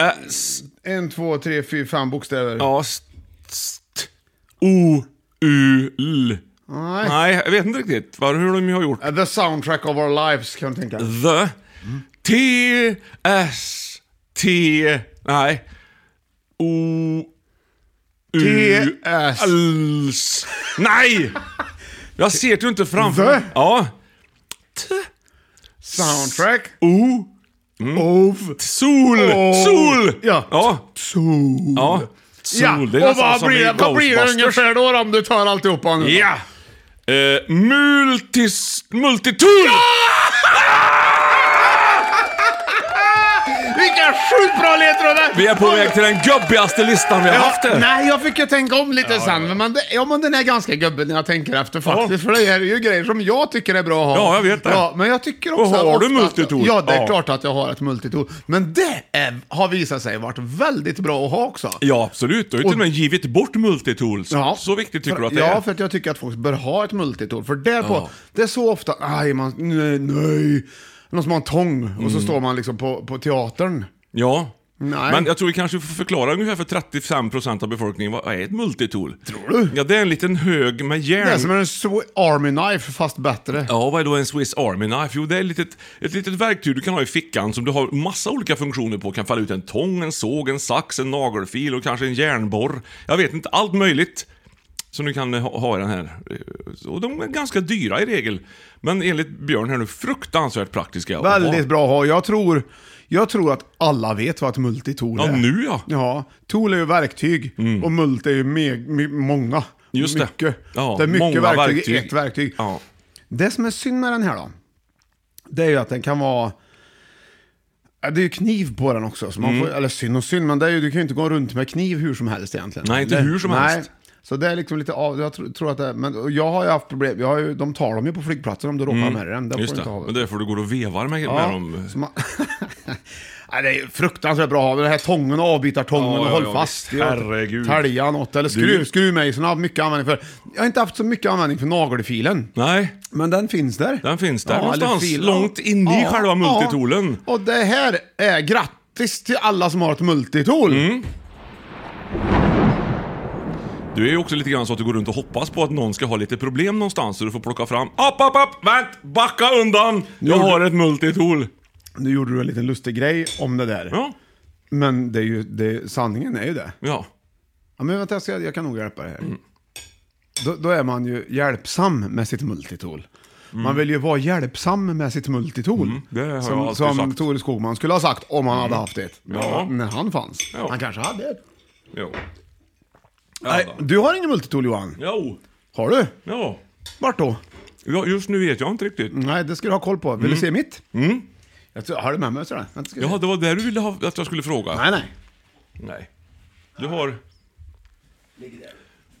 Speaker 2: Äh, s-
Speaker 1: En, två, tre, fyra, fem bokstäver.
Speaker 2: ja, st, st, o, u, l.
Speaker 1: Nej.
Speaker 2: Nej, jag vet inte riktigt vad, hur de har gjort.
Speaker 1: The soundtrack of our lives kan jag tänka.
Speaker 2: The. T, S, T, nej. O, U,
Speaker 1: T-S.
Speaker 2: Ls. Nej! Jag ser det ju inte framför
Speaker 1: The?
Speaker 2: mig. Ja. T,
Speaker 1: Soundtrack.
Speaker 2: O, Mm.
Speaker 1: Of.
Speaker 2: sol.
Speaker 1: Oh.
Speaker 2: Sol!
Speaker 1: Ja.
Speaker 2: Ja.
Speaker 1: Sol.
Speaker 2: ja. Sol.
Speaker 1: Ja,
Speaker 2: Det är
Speaker 1: och
Speaker 2: nästan
Speaker 1: vad
Speaker 2: som
Speaker 1: blir,
Speaker 2: i
Speaker 1: det, vad blir det
Speaker 2: Ghostbusters.
Speaker 1: ungefär då om du tar alltihopa nu?
Speaker 2: Ja! Eh, multis... Multitool!
Speaker 1: Vilka sjukt bra ledtrådar!
Speaker 2: Vi är på väg till den gubbigaste listan vi har haft.
Speaker 1: Ja,
Speaker 2: här.
Speaker 1: nej, jag fick ju tänka om lite sen. Men, det, ja, men den är ganska gubbig när jag tänker efter faktiskt. För det här är ju grejer som jag tycker är bra att ha.
Speaker 2: Ja, jag vet det.
Speaker 1: Ja, men jag tycker också...
Speaker 2: Och har
Speaker 1: ofta
Speaker 2: du
Speaker 1: att-
Speaker 2: multitool?
Speaker 1: Ja, det är
Speaker 2: Ja.
Speaker 1: klart att jag har ett multitool. Men det är, har visat sig varit väldigt bra att ha också.
Speaker 2: Ja, absolut. Du har ju till och med givit bort multitools.
Speaker 1: Ja.
Speaker 2: Så viktigt tycker
Speaker 1: för,
Speaker 2: du att det
Speaker 1: Ja,
Speaker 2: är.
Speaker 1: för att jag tycker att folk bör ha ett multitool. För därpå, det är så ofta, aj, man, nej, nej. Någon som har en tång och
Speaker 2: Mm.
Speaker 1: så står man liksom på, på teatern.
Speaker 2: Ja.
Speaker 1: Nej.
Speaker 2: Men jag tror vi kanske får förklara ungefär för 35% av befolkningen vad är ett multitool? Tror du? Ja, det är en liten hög med
Speaker 1: Det är som
Speaker 2: järn.
Speaker 1: en Swi- Army Knife fast bättre.
Speaker 2: Ja, vad är då en Swiss Army Knife? Jo, det är ett litet, ett litet verktyg du kan ha i fickan som du har massa olika funktioner på. Kan falla ut en tång, en såg, en sax, en nagelfil och kanske en järnborr. Jag vet inte, allt möjligt som du kan eh, ha ha i den här. Eh, Och de är ganska dyra i regel. Men enligt Björn här nu, fruktansvärt praktiska. att ha.
Speaker 1: Väldigt bra att ha. Jag tror, jag tror att alla vet vad ett multitool
Speaker 2: Ja,
Speaker 1: är.
Speaker 2: nu ja.
Speaker 1: Ja, tool är ju verktyg och multi är ju me, me, många.
Speaker 2: Just det.
Speaker 1: mycket.
Speaker 2: Ja,
Speaker 1: det är mycket
Speaker 2: många
Speaker 1: verktyg, i
Speaker 2: verktyg.
Speaker 1: ett verktyg.
Speaker 2: Ja.
Speaker 1: Det som är synd med den här då, det är ju att den kan vara... Ja, Det är ju kniv på den också, så man
Speaker 2: Mm.
Speaker 1: får, eller synd och synd, men det är ju, du kan ju inte gå runt med kniv hur som helst egentligen.
Speaker 2: Nej, inte
Speaker 1: Det-
Speaker 2: hur som
Speaker 1: nej.
Speaker 2: helst.
Speaker 1: Så det är liksom lite av, jag tror, tror att det, men och jag har ju haft problem, jag har ju, de tar dem ju på flygplatsen om du råkar med dig den. Det får
Speaker 2: Mm. Just
Speaker 1: du inte
Speaker 2: det,
Speaker 1: ha.
Speaker 2: men därför du går och vevar med, med dem.
Speaker 1: Så man... Nej, det är ju fruktansvärt bra att ha. Den här tången och avbitartången
Speaker 2: Ja,
Speaker 1: och
Speaker 2: ja,
Speaker 1: håll
Speaker 2: ja,
Speaker 1: fast.
Speaker 2: visst. Herregud.
Speaker 1: Tälja något, eller skruv,
Speaker 2: Du-
Speaker 1: skruvmejseln har jag haft mycket användning för. Jag har inte haft så mycket användning för nagelfilen.
Speaker 2: Nej,
Speaker 1: Men den finns där.
Speaker 2: Den finns där
Speaker 1: eller
Speaker 2: någonstans,
Speaker 1: fil-
Speaker 2: långt in i själva multitoolen.
Speaker 1: Ja. Och det här är grattis till alla som har ett multitool.
Speaker 2: Mm. du är ju också lite grann så att du går runt och hoppas på att någon ska ha lite problem någonstans så du får plocka fram... App, app, app! Vänt! Backa undan! Jag har ett multitool.
Speaker 1: Nu gjorde du en liten lustig grej om det där.
Speaker 2: Ja,
Speaker 1: Men det är ju, det, sanningen är ju det.
Speaker 2: ja.
Speaker 1: Ja, men vänta, jag, ska, jag kan nog hjälpa dig här.
Speaker 2: Mm.
Speaker 1: Då, då är man ju hjälpsam med sitt multitool. Man vill ju vara hjälpsam med sitt multitool.
Speaker 2: Mm. det har jag
Speaker 1: som
Speaker 2: alltid
Speaker 1: som
Speaker 2: sagt. Mm.
Speaker 1: Tore Skogman skulle ha sagt om han hade haft det.
Speaker 2: Ja.
Speaker 1: När han fanns.
Speaker 2: Ja.
Speaker 1: Han kanske hade det.
Speaker 2: Jo.
Speaker 1: Nej, du har ingen multitool Johan.
Speaker 2: Jo.
Speaker 1: Har du?
Speaker 2: Ja.
Speaker 1: Vart då?
Speaker 2: ja. Just nu vet jag inte riktigt.
Speaker 1: Nej, det ska du ha koll på. Vill
Speaker 2: Mm.
Speaker 1: du se mitt? Jag tror, har du med mig sådär? Vänta, ska vi
Speaker 2: Ja,
Speaker 1: se.
Speaker 2: det var det du ville ha, att jag skulle fråga.
Speaker 1: Nej, nej.
Speaker 2: Nej. Du har...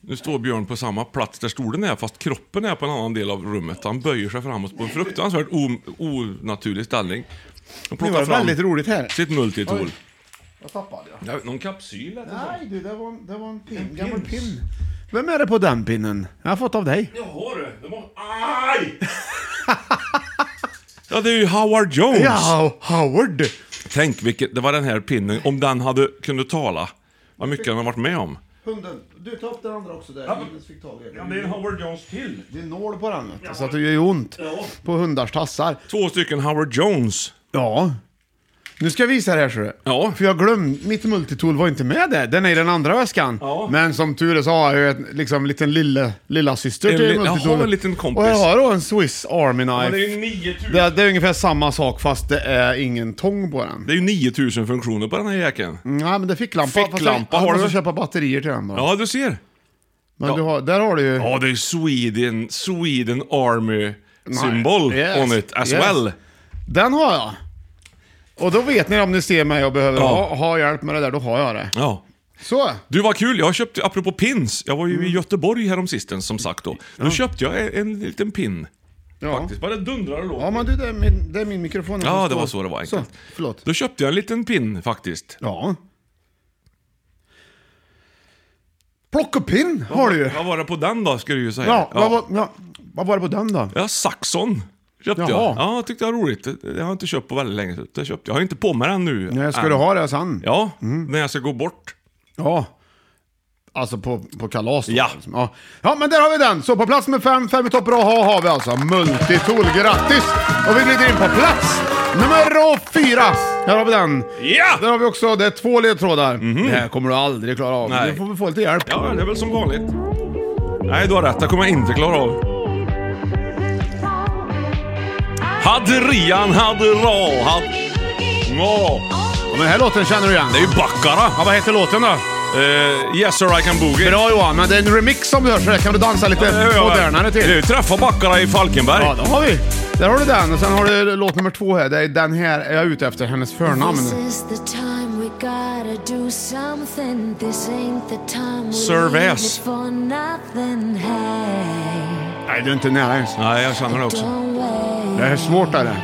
Speaker 2: Nu står Björn på samma plats där stolen är, fast kroppen är på en annan del av rummet. Han böjer sig framåt på en fruktansvärt o- onaturlig ställning. Och
Speaker 1: Det var väldigt roligt här.
Speaker 2: sitt multitool.
Speaker 1: Jag tappade jag.
Speaker 2: Ja, Någon kapsyl eller så.
Speaker 1: Nej du, det var, det var en pin. En gammal pin. Vem är det på den pinnen? Jag har fått av dig.
Speaker 2: Jaha du, det var... Aj! Ja, det är ju Howard Jones.
Speaker 1: Ja, Howard.
Speaker 2: Tänk vilket, det var den här pinnen, om den hade kunde tala, vad mycket han har varit med om.
Speaker 1: Hunden, du tar upp den andra också där.
Speaker 2: Ja.
Speaker 1: Ingen fick tag i den.
Speaker 2: Ja, men det är en Howard Jones till.
Speaker 1: Det är nål på den vet du, så att det gör ju ont på hundars tassar.
Speaker 2: Två stycken Howard Jones.
Speaker 1: Ja. Nu ska jag visa det här ser du.
Speaker 2: Ja.
Speaker 1: För jag glömde, mitt multitool var inte med där. Den är i den andra väskan.
Speaker 2: Ja.
Speaker 1: Men som tur är så har jag ju en liksom, liten lilla, lilla syster
Speaker 2: En
Speaker 1: till
Speaker 2: li- jag
Speaker 1: multitoolet.
Speaker 2: har en liten kompis.
Speaker 1: Och jag har då en Swiss Army
Speaker 2: Men
Speaker 1: Knife.
Speaker 2: det är ju 9000.
Speaker 1: det, är, det är ungefär samma sak fast det är ingen tång på den.
Speaker 2: Det är ju 9000 funktioner på den här jäkeln.
Speaker 1: Nej men det är ficklampa. Fast jag-
Speaker 2: Ficklampa har
Speaker 1: jag måste
Speaker 2: du.
Speaker 1: köpa batterier till den bara.
Speaker 2: Ja, du ser.
Speaker 1: Men du har, där har du ju...
Speaker 2: Ja, det är ju Sweden, Sweden Army symbol
Speaker 1: Yes.
Speaker 2: on it as
Speaker 1: Yes.
Speaker 2: well.
Speaker 1: Den har jag. Och då vet ni om ni ser mig och behöver
Speaker 2: Ja.
Speaker 1: ha, ha hjälp med det där, då har jag det.
Speaker 2: Ja.
Speaker 1: Så.
Speaker 2: Du, vad kul. Jag köpte, apropå pins, jag var ju
Speaker 1: Mm.
Speaker 2: i Göteborg häromsistens som sagt då. Då köpte jag en, en liten pin.
Speaker 1: Ja.
Speaker 2: Faktiskt, bara dundrar och låter.
Speaker 1: Ja men du, det är min, det är min mikrofon. Jag
Speaker 2: Ja,
Speaker 1: måste
Speaker 2: det
Speaker 1: stå-
Speaker 2: var så det var enkelt.
Speaker 1: Så, förlåt.
Speaker 2: Då köpte jag en liten pin faktiskt.
Speaker 1: Ja. Plockepinn har du ju.
Speaker 2: Vad var det på den då, ska du ju säga.
Speaker 1: Ja, Vad, var, ja, vad var det på den då?
Speaker 2: Ja, Saxon köpte
Speaker 1: Jaha.
Speaker 2: jag. Ja, tyckte jag var roligt. Det- Det har jag inte köpt på väldigt länge. så Det köpte jag. jag har inte på mig den nu.
Speaker 1: Nej, ska
Speaker 2: än.
Speaker 1: du ha Mm. det sen?
Speaker 2: Ja, när jag ska gå bort.
Speaker 1: Ja. Alltså på, på kalas då,
Speaker 2: Ja.
Speaker 1: liksom. ja. Ja, men där har vi den. Så på plats med fem, fem i topp och ha har vi alltså Multitool. Grattis! Och vi glider in på plats nummer fyra. Här har vi den.
Speaker 2: Ja!
Speaker 1: Där har vi också, det är två ledtrådar. Det här kommer du aldrig klara av.
Speaker 2: Nej.
Speaker 1: Nu får vi få lite hjälp.
Speaker 2: Ja, det är väl som vanligt. Nej, du har rätt. Det kommer jag inte klara av. Hadrian, hadra, had... Ja.
Speaker 1: Men den här låten känner du igen.
Speaker 2: Det är ju Baccara.
Speaker 1: Ja, vad heter låten då?
Speaker 2: Eh, yes sir I can boogie. Eh,
Speaker 1: Bra Johan, men det är en remix som du hör så där kan du dansa lite modernare till.
Speaker 2: Du träffar Baccara i Falkenberg.
Speaker 1: Ja, då har vi. Där har du den och sen har du låt nummer två här. Det är den här är jag ute efter, hennes förnamn.
Speaker 5: This is the time we gotta do something. This ain't the time we
Speaker 2: Serve
Speaker 5: leave
Speaker 2: ass.
Speaker 5: it for nothing. Hey,
Speaker 1: Nej, du är inte nära ens.
Speaker 2: Nej, jag känner det också.
Speaker 5: don't wait.
Speaker 1: Det här är svårt är det.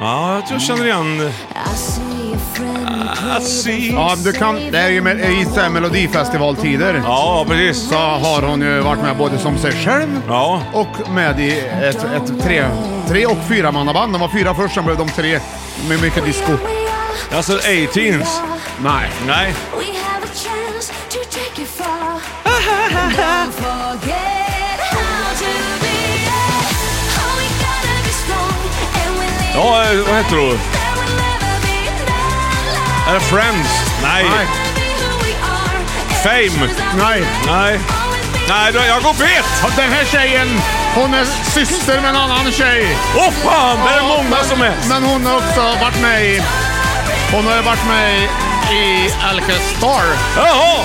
Speaker 2: Ja, jag tror jag känner igen...
Speaker 5: I see a friend
Speaker 1: Ah,
Speaker 2: I see.
Speaker 1: Ja, du kan. Det är ju med, i så här melodifestivaltider.
Speaker 2: Ja, precis.
Speaker 1: Så har hon ju varit med både som sig själv
Speaker 2: Ja.
Speaker 1: och med i ett, ett tre, tre och fyra mannaband. De var fyra först, sen blev de tre med mycket disco.
Speaker 2: Alltså, 18s.
Speaker 1: Nej.
Speaker 2: Nej.
Speaker 5: We have a chance to take it far. Don't forget how to be. Oh, we gotta be strong and we live
Speaker 2: Ja, eh, vad heter hon?
Speaker 5: there will never be no
Speaker 2: Är det
Speaker 5: love.
Speaker 2: Friends? Nej.
Speaker 1: Nej.
Speaker 5: Be who we are and
Speaker 2: Fame.
Speaker 5: choose our
Speaker 1: Nej.
Speaker 2: Nej.
Speaker 5: Always be
Speaker 2: Nej, då- jag går bet!
Speaker 1: Ja, Den här tjejen, hon är syster med en annan tjej.
Speaker 2: Åh fan, det är många som är...
Speaker 1: Men hon har också varit med i... Hon har ju varit med i, i Alka Star.
Speaker 2: Jaha!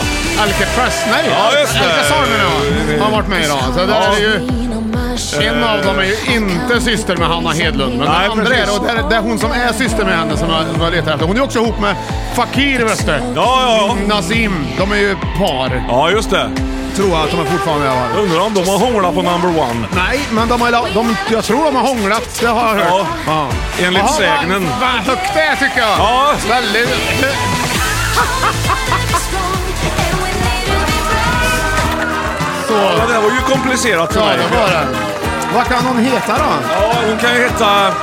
Speaker 1: Alcatraz? Nej,
Speaker 2: Ja, just det.
Speaker 1: Alka Star menar jag. Har varit med i då. Så där är det ju... En av dem är ju inte syster med Hanna Hedlund, men
Speaker 2: Nej,
Speaker 1: den andra
Speaker 2: precis.
Speaker 1: är det. Och det är, det är hon som är syster med henne som jag, som jag letar efter. Hon är också ihop med Fakir vet du.
Speaker 2: Ja, ja, ja.
Speaker 1: Nazim. De är ju par.
Speaker 2: Ja, just det.
Speaker 1: Tror jag att de är fortfarande är var.
Speaker 2: Undrar om de har hånglat på number one.
Speaker 1: Nej, men de har, de, jag tror de har hånglat. Det har jag hört.
Speaker 2: Ja. Enligt
Speaker 1: Jaha,
Speaker 2: sägnen.
Speaker 1: Vad, vad högt det är tycker jag.
Speaker 2: Ja.
Speaker 1: Väldigt... Så.
Speaker 2: Ja, det där var ju komplicerat för
Speaker 1: Ja,
Speaker 2: mig.
Speaker 1: det var det. Vad kan hon heta då?
Speaker 2: Ja, hon kan ju heta...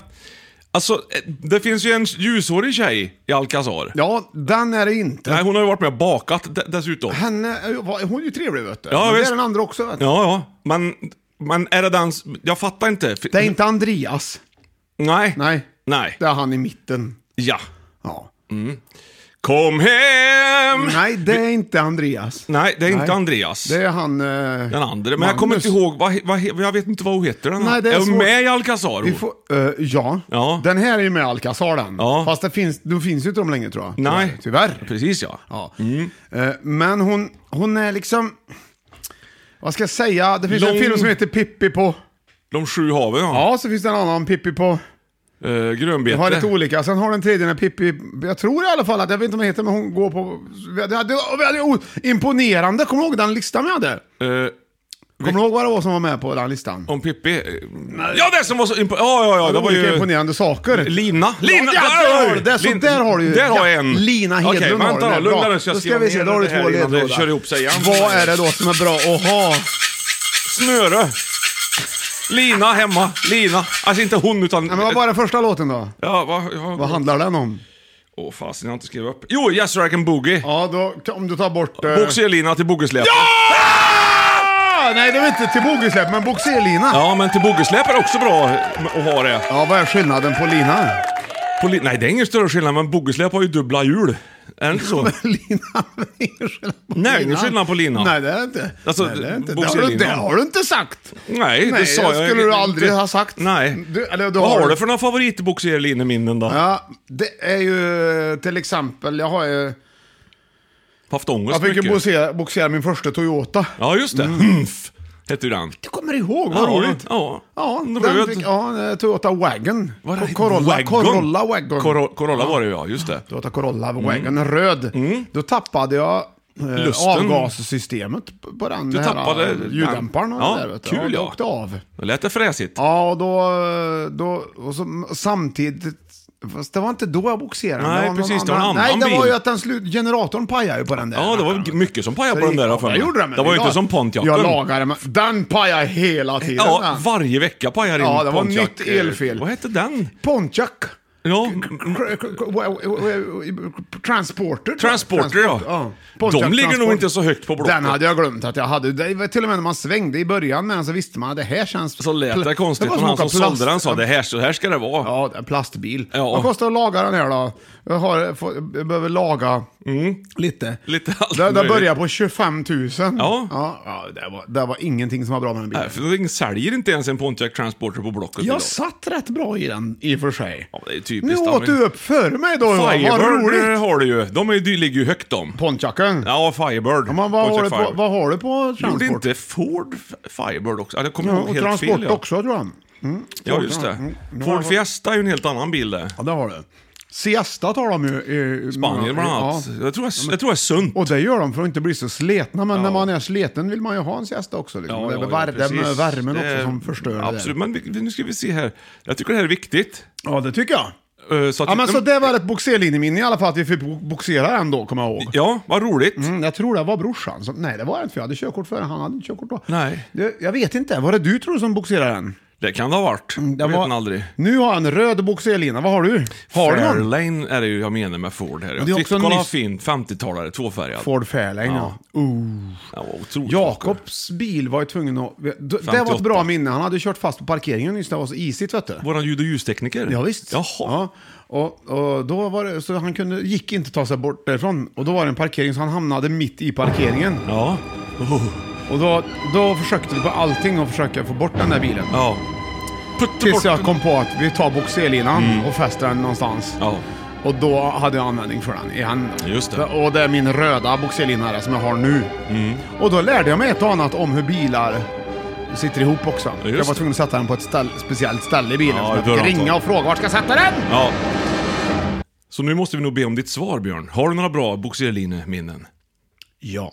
Speaker 2: Alltså, eh, det finns ju en ljushårig tjej i Alcazar.
Speaker 1: Ja, den är det inte.
Speaker 2: Nej, hon har ju varit med och bakat de- dessutom.
Speaker 1: Henne, är ju- var- hon är ju trevlig vet du.
Speaker 2: Ja,
Speaker 1: men det
Speaker 2: visst.
Speaker 1: är den andra också vet du.
Speaker 2: Ja, ja. Men, men är det den... s- Jag fattar inte. Fi-
Speaker 1: Det är inte Andreas.
Speaker 2: Nej.
Speaker 1: Nej.
Speaker 2: Nej.
Speaker 1: Det är han i mitten.
Speaker 2: Ja.
Speaker 1: Ja.
Speaker 2: Kom hem!
Speaker 1: Nej, det är inte Andreas.
Speaker 2: Nej, det är inte
Speaker 1: Nej.
Speaker 2: Andreas.
Speaker 1: Det är han... Eh,
Speaker 2: Den andra. Men jag kommer inte ihåg, vad, he- vad, he- jag vet inte vad hon heter den
Speaker 1: Nej, det är
Speaker 2: hon
Speaker 1: svårt.
Speaker 2: med i Alcazar?
Speaker 1: Vi
Speaker 2: hon?
Speaker 1: får, eh, ja.
Speaker 2: Ja.
Speaker 1: den här är ju med Alcazar den.
Speaker 2: Ja.
Speaker 1: Fast det finns, de finns ju inte de längre tror jag.
Speaker 2: Nej. Mm.
Speaker 1: Tyvärr.
Speaker 2: Precis ja.
Speaker 1: Ja. Eh, men hon, hon är liksom... Vad ska jag säga? Det finns en
Speaker 2: Lång-
Speaker 1: film som heter Pippi på...
Speaker 2: De sju haven ja.
Speaker 1: Ja, så finns det en annan Pippi på...
Speaker 2: Eh, grönbete.
Speaker 1: Jag har lite olika. Sen har den tredje när Pippi, jag tror i alla fall att, jag vet inte vad den heter, men hon går på... Vi hade, det var väldigt o- imponerande, kommer du ihåg den listan vi hade?
Speaker 2: Eh,
Speaker 1: Kommer du ihåg vad det var som var med på den listan?
Speaker 2: om Pippi. eh, Ja, det som var så impo- Ja, ja, ja. Det var
Speaker 1: olika
Speaker 2: ju...
Speaker 1: imponerande saker.
Speaker 2: Lina. Lina!
Speaker 1: Lina, ja, där, har du,
Speaker 2: du!
Speaker 1: där, så
Speaker 2: Lin-
Speaker 1: där har du ju.
Speaker 2: Där har
Speaker 1: ja,
Speaker 2: jag en.
Speaker 1: Lina Hedlund
Speaker 2: Okej,
Speaker 1: har du.
Speaker 2: vänta
Speaker 1: den.
Speaker 2: då. Lugna
Speaker 1: Bra.
Speaker 2: dig så jag
Speaker 1: Då ska vi se,
Speaker 2: ner
Speaker 1: då har du
Speaker 2: det här
Speaker 1: två
Speaker 2: innan det
Speaker 1: ledtrådar.
Speaker 2: kör ihop sig igen.
Speaker 1: Vad är det då som är bra att ha?
Speaker 2: Snöre. Lina hemma. Lina. Alltså inte hon utan...
Speaker 1: Nej, men vad var den första låten då?
Speaker 2: Ja, vad... Ja,
Speaker 1: Vad handlar den om?
Speaker 2: Åh fasen, jag har inte skrivit upp. Jo, Yes I Can Boogie!
Speaker 1: Ja, då, om du tar bort... eh,
Speaker 2: Bogselina till boogiesläp.
Speaker 1: Ah, nej, det var inte till bogisläpp, men boxerlina. Ja.
Speaker 2: Ja, men till boogiesläp är också bra att ha det.
Speaker 1: vad är skillnaden på linan?
Speaker 2: På li- Nej, det är ingen större skillnad, men boogiesläp har ju dubbla hjul. Är det inte så?
Speaker 1: linan, det är ingen skillnad på
Speaker 2: Nej,
Speaker 1: linan.
Speaker 2: ingen skillnad på linan.
Speaker 1: Nej, det är inte.
Speaker 2: Alltså,
Speaker 1: nej, det, är inte. Det, har du,
Speaker 2: boxerlinan.
Speaker 1: det har du inte sagt.
Speaker 2: Nej, det
Speaker 1: Nej,
Speaker 2: sa
Speaker 1: det
Speaker 2: jag
Speaker 1: skulle du
Speaker 2: inte.
Speaker 1: aldrig ha sagt.
Speaker 2: Nej.
Speaker 1: Du- eller du
Speaker 2: Vad
Speaker 1: har-
Speaker 2: har du för några favoritbogserlineminnen då?
Speaker 1: Ja, det är ju till exempel, jag har ju...
Speaker 2: Haft ångest
Speaker 1: Jag fick ju
Speaker 2: mycket.
Speaker 1: boxera, boxera min första Toyota.
Speaker 2: Ja, just det. Humph, hette ju den.
Speaker 1: Du kommer ihåg, vad
Speaker 2: Ja,
Speaker 1: roligt.
Speaker 2: ja.
Speaker 1: ja
Speaker 2: En
Speaker 1: den
Speaker 2: röd.
Speaker 1: fick, ja, en Toyota Wagon.
Speaker 2: Var det-
Speaker 1: Corolla
Speaker 2: Wagon?
Speaker 1: Corolla Wagon.
Speaker 2: Coro- Mm. Corolla var det ju, ja, just det.
Speaker 1: Toyota Corolla Wagon, röd. Då tappade jag eh,
Speaker 2: Mm. Lusten.
Speaker 1: avgassystemet på- på den.
Speaker 2: Du
Speaker 1: det här,
Speaker 2: tappade
Speaker 1: eh, ljuddämparen och
Speaker 2: den.
Speaker 1: det
Speaker 2: Ja,
Speaker 1: där. Vet du.
Speaker 2: kul,
Speaker 1: det
Speaker 2: ja.
Speaker 1: åkte av.
Speaker 2: Då lät det fräsigt.
Speaker 1: Ja, och då... då och så, samtidigt... Fast det var inte då jag boxerade.
Speaker 2: Nej,
Speaker 1: någon
Speaker 2: precis, det var en annan
Speaker 1: Nej, det var
Speaker 2: bil.
Speaker 1: ju att den slut, generatorn pajade ju på den där.
Speaker 2: Ja, det var g- mycket som pajade på den där har jag för
Speaker 1: Jag
Speaker 2: mig.
Speaker 1: gjorde det, men
Speaker 2: Det var ju
Speaker 1: jag-
Speaker 2: inte som Pontiacen.
Speaker 1: Jag lagade men Den pajade hela tiden.
Speaker 2: Ja,
Speaker 1: den.
Speaker 2: varje vecka pajar in
Speaker 1: Ja, det var
Speaker 2: Pontiac,
Speaker 1: nytt elfel.
Speaker 2: eh, Vad hette den?
Speaker 1: Pontiac.
Speaker 2: Ja,
Speaker 1: Kr- kr- kr- Transporter.
Speaker 2: Transporter, ja.
Speaker 1: Pontiac
Speaker 2: De ligger nog
Speaker 1: Transport.
Speaker 2: inte så högt på blocket.
Speaker 1: Den hade jag glömt att jag hade. Det var till och med när man svängde i början med den så visste man att det här känns...
Speaker 2: så lät det konstigt.
Speaker 1: var
Speaker 2: Men han
Speaker 1: att
Speaker 2: som
Speaker 1: åka
Speaker 2: sålde
Speaker 1: plast-
Speaker 2: den sa det här, så här ska det vara.
Speaker 1: Ja, en plastbil.
Speaker 2: Ja.
Speaker 1: Vad kostar det att laga den här då? Jag, har, få- jag behöver laga lite.
Speaker 2: Mm. Lite allt
Speaker 1: Det, det
Speaker 2: möjligt.
Speaker 1: börjar på 25 000.
Speaker 2: Ja.
Speaker 1: ja, ja, det, var, det var ingenting som var bra med den bilen.
Speaker 2: Nej, Äh, för de säljer inte ens en Pontiac Transporter på Blocket idag.
Speaker 1: Jag satt rätt bra i den i och för sig.
Speaker 2: Ja, det är typiskt.
Speaker 1: nu
Speaker 2: ja,
Speaker 1: åt
Speaker 2: men-
Speaker 1: du upp före mig då. Johan. Vad
Speaker 2: Firebird eh,
Speaker 1: roligt.
Speaker 2: har du ju. De, är, ju- de ligger ju högt de.
Speaker 1: Pontiacen.
Speaker 2: Ja, Firebird.
Speaker 1: Ja, men vad, har du
Speaker 2: Pontiac
Speaker 1: på,
Speaker 2: Firebird.
Speaker 1: vad har du på
Speaker 2: Gjorde
Speaker 1: transport?
Speaker 2: inte Ford F- Firebird också? Ja, Jag kommer
Speaker 1: Ja,
Speaker 2: ihåg
Speaker 1: och
Speaker 2: helt
Speaker 1: transport
Speaker 2: fel. Ja.
Speaker 1: också tror jag. Mm.
Speaker 2: ja, just det.
Speaker 1: Mm. Nu har
Speaker 2: Ford
Speaker 1: jag-
Speaker 2: Fiesta är ju en helt annan bil det.
Speaker 1: Ja, det har du. Siesta tar de ju i...
Speaker 2: Spanien bland annat.
Speaker 1: Ja.
Speaker 2: Jag tror jag, jag tror jag är sunt.
Speaker 1: Och det gör de för att inte bli så sletna, men när man är sleten vill man ju ha en siesta också. Liksom. det är var-
Speaker 2: precis.
Speaker 1: den värmen
Speaker 2: Det är-
Speaker 1: också som förstör
Speaker 2: Absolut,
Speaker 1: det
Speaker 2: men vi, nu ska vi se här. Jag tycker det här är viktigt.
Speaker 1: där. Ja, det tycker jag.
Speaker 2: Eh, Så att
Speaker 1: Ja, men så det var ett boxerlinjeminne i alla fall, att vi fick bo- boxera den då, kommer jag ihåg.
Speaker 2: Ja, vad roligt.
Speaker 1: Mm, jag tror det var brorsan. Som, nej, det var det inte, för jag hade körkort före. Han hade inte körkort då.
Speaker 2: Nej.
Speaker 1: Det, jag vet inte. Var det du tror som boxerade den?
Speaker 2: Det kan det ha varit. Det vet
Speaker 1: Mm, var,
Speaker 2: man aldrig.
Speaker 1: Nu har jag en röd boxerlina. Vad har du? Har du någon?
Speaker 2: Fairlane är det ju jag menar med Ford här.
Speaker 1: det är
Speaker 2: Jag
Speaker 1: också
Speaker 2: också kolla
Speaker 1: en
Speaker 2: vad
Speaker 1: nyss-
Speaker 2: fin, 50-talare, tvåfärgad.
Speaker 1: Ford Fairlane, ja. Oh.
Speaker 2: Ja, vad otroligt vacker.
Speaker 1: Jakobs bil var ju tvungen att... Det det var ett
Speaker 2: 58.
Speaker 1: bra minne. Han hade ju kört fast på parkeringen nyss. Det var så isigt, vet du.
Speaker 2: Våran ljud och ljustekniker?
Speaker 1: Ja, visst.
Speaker 2: Jaha.
Speaker 1: Ja. Och, och då var det, så han kunde, gick inte ta sig bort därifrån. Och då var det en parkering, så han hamnade mitt i parkeringen.
Speaker 2: Ja. Oh.
Speaker 1: Och då, då försökte vi på allting att försöka få bort den där bilen.
Speaker 2: ja. Putta bort
Speaker 1: Tills jag
Speaker 2: den.
Speaker 1: kom på att vi tar boxerlinan och fäster den någonstans.
Speaker 2: Ja.
Speaker 1: Och då hade jag användning för den igen.
Speaker 2: Just det. Mm.
Speaker 1: Och det är min röda boxerlina där som jag har nu. Och då lärde jag mig ett och annat om hur bilar sitter ihop också.
Speaker 2: just
Speaker 1: jag var
Speaker 2: det.
Speaker 1: tvungen att sätta den på ett ställ, speciellt ställe i bilen.
Speaker 2: Ja,
Speaker 1: så jag
Speaker 2: det bör
Speaker 1: fick
Speaker 2: man ta.
Speaker 1: ringa och fråga vart ska jag sätta den?
Speaker 2: Ja. Så nu måste vi nog be om ditt svar, Björn. Har du några bra bogserlineminnen?
Speaker 1: Ja.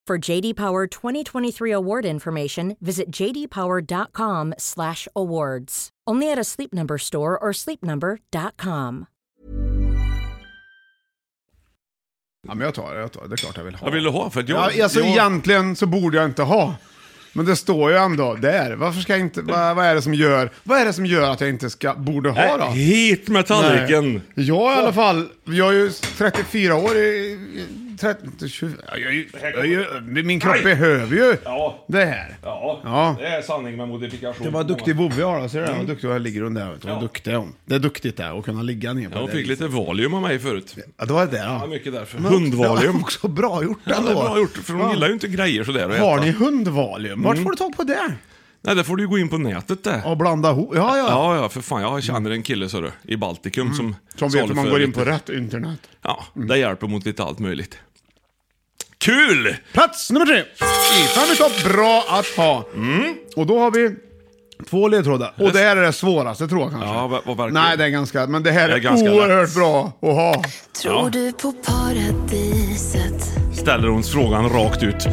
Speaker 6: For JD Power 2023 award information, visit jdpower.com/awards. Only at a Sleep Number store or sleepnumber.com.
Speaker 1: Ja, men jag tar det, jag tar det. Det är klart jag vill ha.
Speaker 2: Jag ville ha för att jag...
Speaker 1: Ja, alltså
Speaker 2: jag,
Speaker 1: egentligen så borde jag inte ha. Men det står ju ändå där. Varför ska jag inte, vad, vad är det som gör, vad är det som gör att jag inte ska, borde ha då?
Speaker 2: Nej, hit med tallriken!
Speaker 1: Nej. Jag i alla fall, jag är ju 34 år i... i- 30, 20, jag, är ju- jag, är ju- min kropp behöver ju
Speaker 2: Ja.
Speaker 1: det här.
Speaker 2: Ja,
Speaker 1: Ja.
Speaker 2: det är sanning med modifikation.
Speaker 1: Det var duktig Bobbe jag har då, ser du? Vad duktig jag ligger hon där. vet du. Vad
Speaker 2: Ja.
Speaker 1: duktig hon. Det är duktigt det, att kunna ligga ner på
Speaker 2: Ja, hon
Speaker 1: det
Speaker 2: fick
Speaker 1: viset.
Speaker 2: lite valium av mig förut.
Speaker 1: Ja, det var det ja.
Speaker 2: Ja, mycket därför.
Speaker 1: Men också- det var
Speaker 2: Hundvalium.
Speaker 1: Också bra gjort
Speaker 2: Ja,
Speaker 1: ändå.
Speaker 2: det är bra gjort, för hon
Speaker 1: Ja.
Speaker 2: gillar ju inte grejer sådär att Mm.
Speaker 1: Har
Speaker 2: äta.
Speaker 1: ni hundvalium? Vart får du tag på det?
Speaker 2: Nej, det får du ju gå in på nätet det.
Speaker 1: Och blanda ihop? Ja, ja.
Speaker 2: Ja, ja, för fan. Jag känner en kille så du, i Baltikum som...
Speaker 1: Mm. Som vet hur man
Speaker 2: saluför
Speaker 1: går in
Speaker 2: lite.
Speaker 1: på Mm. rätt internet.
Speaker 2: Ja, det hjälper mot lite allt möjligt. Kul!
Speaker 1: Plats nummer tre. I fem i topp, bra att ha.
Speaker 2: Mm.
Speaker 1: Och då har vi två ledtrådar. Och det här är det svåraste tror jag kanske.
Speaker 2: Ja, vad- vad verkligen.
Speaker 1: Nej, det är ganska... Men det här
Speaker 2: Det
Speaker 1: är,
Speaker 2: är ganska
Speaker 1: oerhört
Speaker 2: lätt.
Speaker 1: bra att ha.
Speaker 2: Ja.
Speaker 5: Tror du på paradiset?
Speaker 2: Ställer hon frågan rakt ut.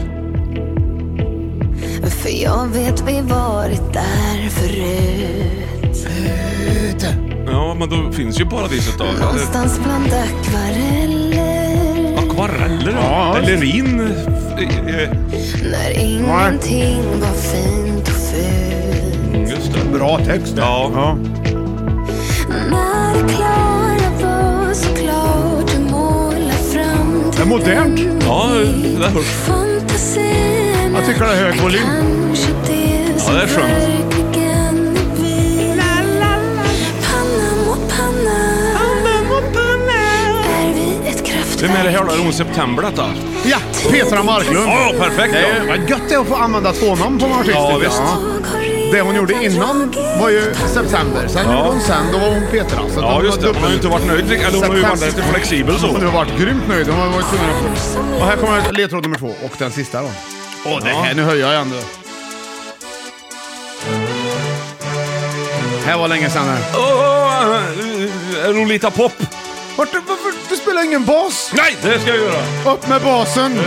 Speaker 5: För jag vet vi varit där förut
Speaker 2: Ja, men då finns ju paradiset då. Ja, det-
Speaker 5: Någonstans bland akvareller
Speaker 2: Akvareller då?
Speaker 1: Ja.
Speaker 2: Ellerin? eh, eh,
Speaker 5: När ingenting var fint och fult
Speaker 2: Just det.
Speaker 1: Bra text. där.
Speaker 2: Ja.
Speaker 5: När det klara var så klart Du målar fram
Speaker 1: Det är modernt.
Speaker 2: Ja, det hörs.
Speaker 5: Fantasierna
Speaker 1: Jag tycker det är hög volym.
Speaker 5: Kanske det som
Speaker 2: det är skönt.
Speaker 5: verkligen är vi Panna mot panna Är vi ett kraftverk
Speaker 2: Vem är det här då? Är hon September detta?
Speaker 1: Ja, Petra Marklund.
Speaker 2: Ja, perfekt
Speaker 1: Det är,
Speaker 2: då.
Speaker 1: vad gött det är att få använda två namn på en artist.
Speaker 2: Ja,
Speaker 1: tycker jag.
Speaker 2: visst.
Speaker 1: Det hon gjorde innan var ju September. Sen gjorde hon sen, då var hon Petra. Så
Speaker 2: Ja,
Speaker 1: var
Speaker 2: just det. Hon har ju inte varit nöjd. Eller hon har ju varit lite flexibel
Speaker 1: Hon
Speaker 2: så.
Speaker 1: har varit grymt nöjd. Hon har varit tvungen att... Och här kommer ledtråd nummer två och den sista då. Åh, det här, nu höjer jag igen du. Här var länge sedan här.
Speaker 2: Åh, eh, Lolita Pop!
Speaker 1: Vart, varför, du spelar ingen bas!
Speaker 2: Nej, det ska jag göra!
Speaker 1: Upp med basen!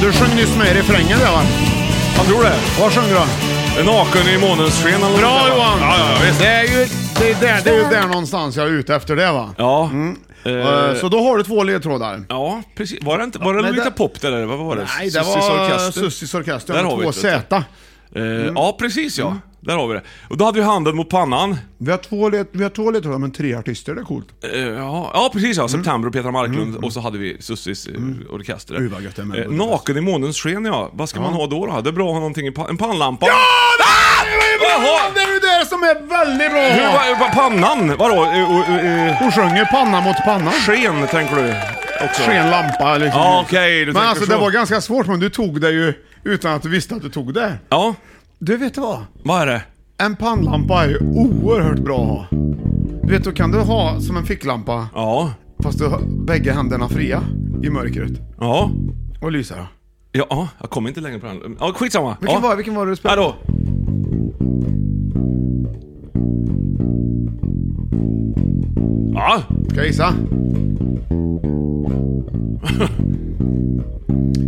Speaker 1: Du sjöng nyss med i refrängen där va?
Speaker 2: Jag tror det.
Speaker 1: Vad sjöng du då?
Speaker 2: Naken i månens sken eller något
Speaker 1: Bra
Speaker 2: där, va?
Speaker 1: Johan!
Speaker 2: Ja, ja, ja, visst.
Speaker 1: Det är ju det är där, det är ju där någonstans jag är ute efter det va?
Speaker 2: Ja. Eh,
Speaker 1: Eh, Så då har du två ledtrådar.
Speaker 2: Ja, precis. Var det inte... Var det
Speaker 1: men
Speaker 2: Lolita
Speaker 1: det-
Speaker 2: Pop det där? Vad var det?
Speaker 1: Nej, det
Speaker 2: Sussis
Speaker 1: var Mm.
Speaker 2: Orkester?
Speaker 1: Sussis Orkester.
Speaker 2: Där
Speaker 1: Där
Speaker 2: har vi
Speaker 1: två
Speaker 2: det, vet
Speaker 1: Z.
Speaker 2: Eh, Ja, precis ja. Där har vi det. Och då hade vi handen mot pannan.
Speaker 1: Vi har två led- vi har två ledtrådar men tre artister, det är coolt.
Speaker 2: Eh, ja, ja, precis
Speaker 1: Mm.
Speaker 2: ja. September och Petra Marklund och så hade vi Sussis eh, orkester. där.
Speaker 1: Gud, vad gött det är med
Speaker 2: Eh,
Speaker 1: orkester.
Speaker 2: naken i månens sken ja. Vad ska man ha då? då? Det är bra att ha någonting i pa- en pannlampa. Ja!
Speaker 1: Jaha! Det är ju det som är väldigt
Speaker 2: Hur,
Speaker 1: bra!
Speaker 2: va, va, pannan? Vadå? Eh, och, eh, eh,
Speaker 1: Hon sjunger panna mot panna.
Speaker 2: sken tänker du också?
Speaker 1: Skenlampa liksom.
Speaker 2: Ja, okej, du
Speaker 1: men
Speaker 2: tänker
Speaker 1: alltså
Speaker 2: så.
Speaker 1: det var ganska svårt men du tog det ju utan att du visste att du tog det.
Speaker 2: Ja,
Speaker 1: Du vet du vad?
Speaker 2: vad är det?
Speaker 1: En pannlampa är ju oerhört bra att ha. Du vet, då kan du ha som en ficklampa
Speaker 2: Ja.
Speaker 1: fast du har bägge händerna fria i mörkret
Speaker 2: Ja.
Speaker 1: och lyser.
Speaker 2: Ja, ja, jag kommer inte längre på den. Ja, skitsamma.
Speaker 1: Vilken,
Speaker 2: ja.
Speaker 1: var, vilken var det du
Speaker 2: Ja
Speaker 1: spelade?
Speaker 2: då. Ja,
Speaker 1: Ska jag gissa?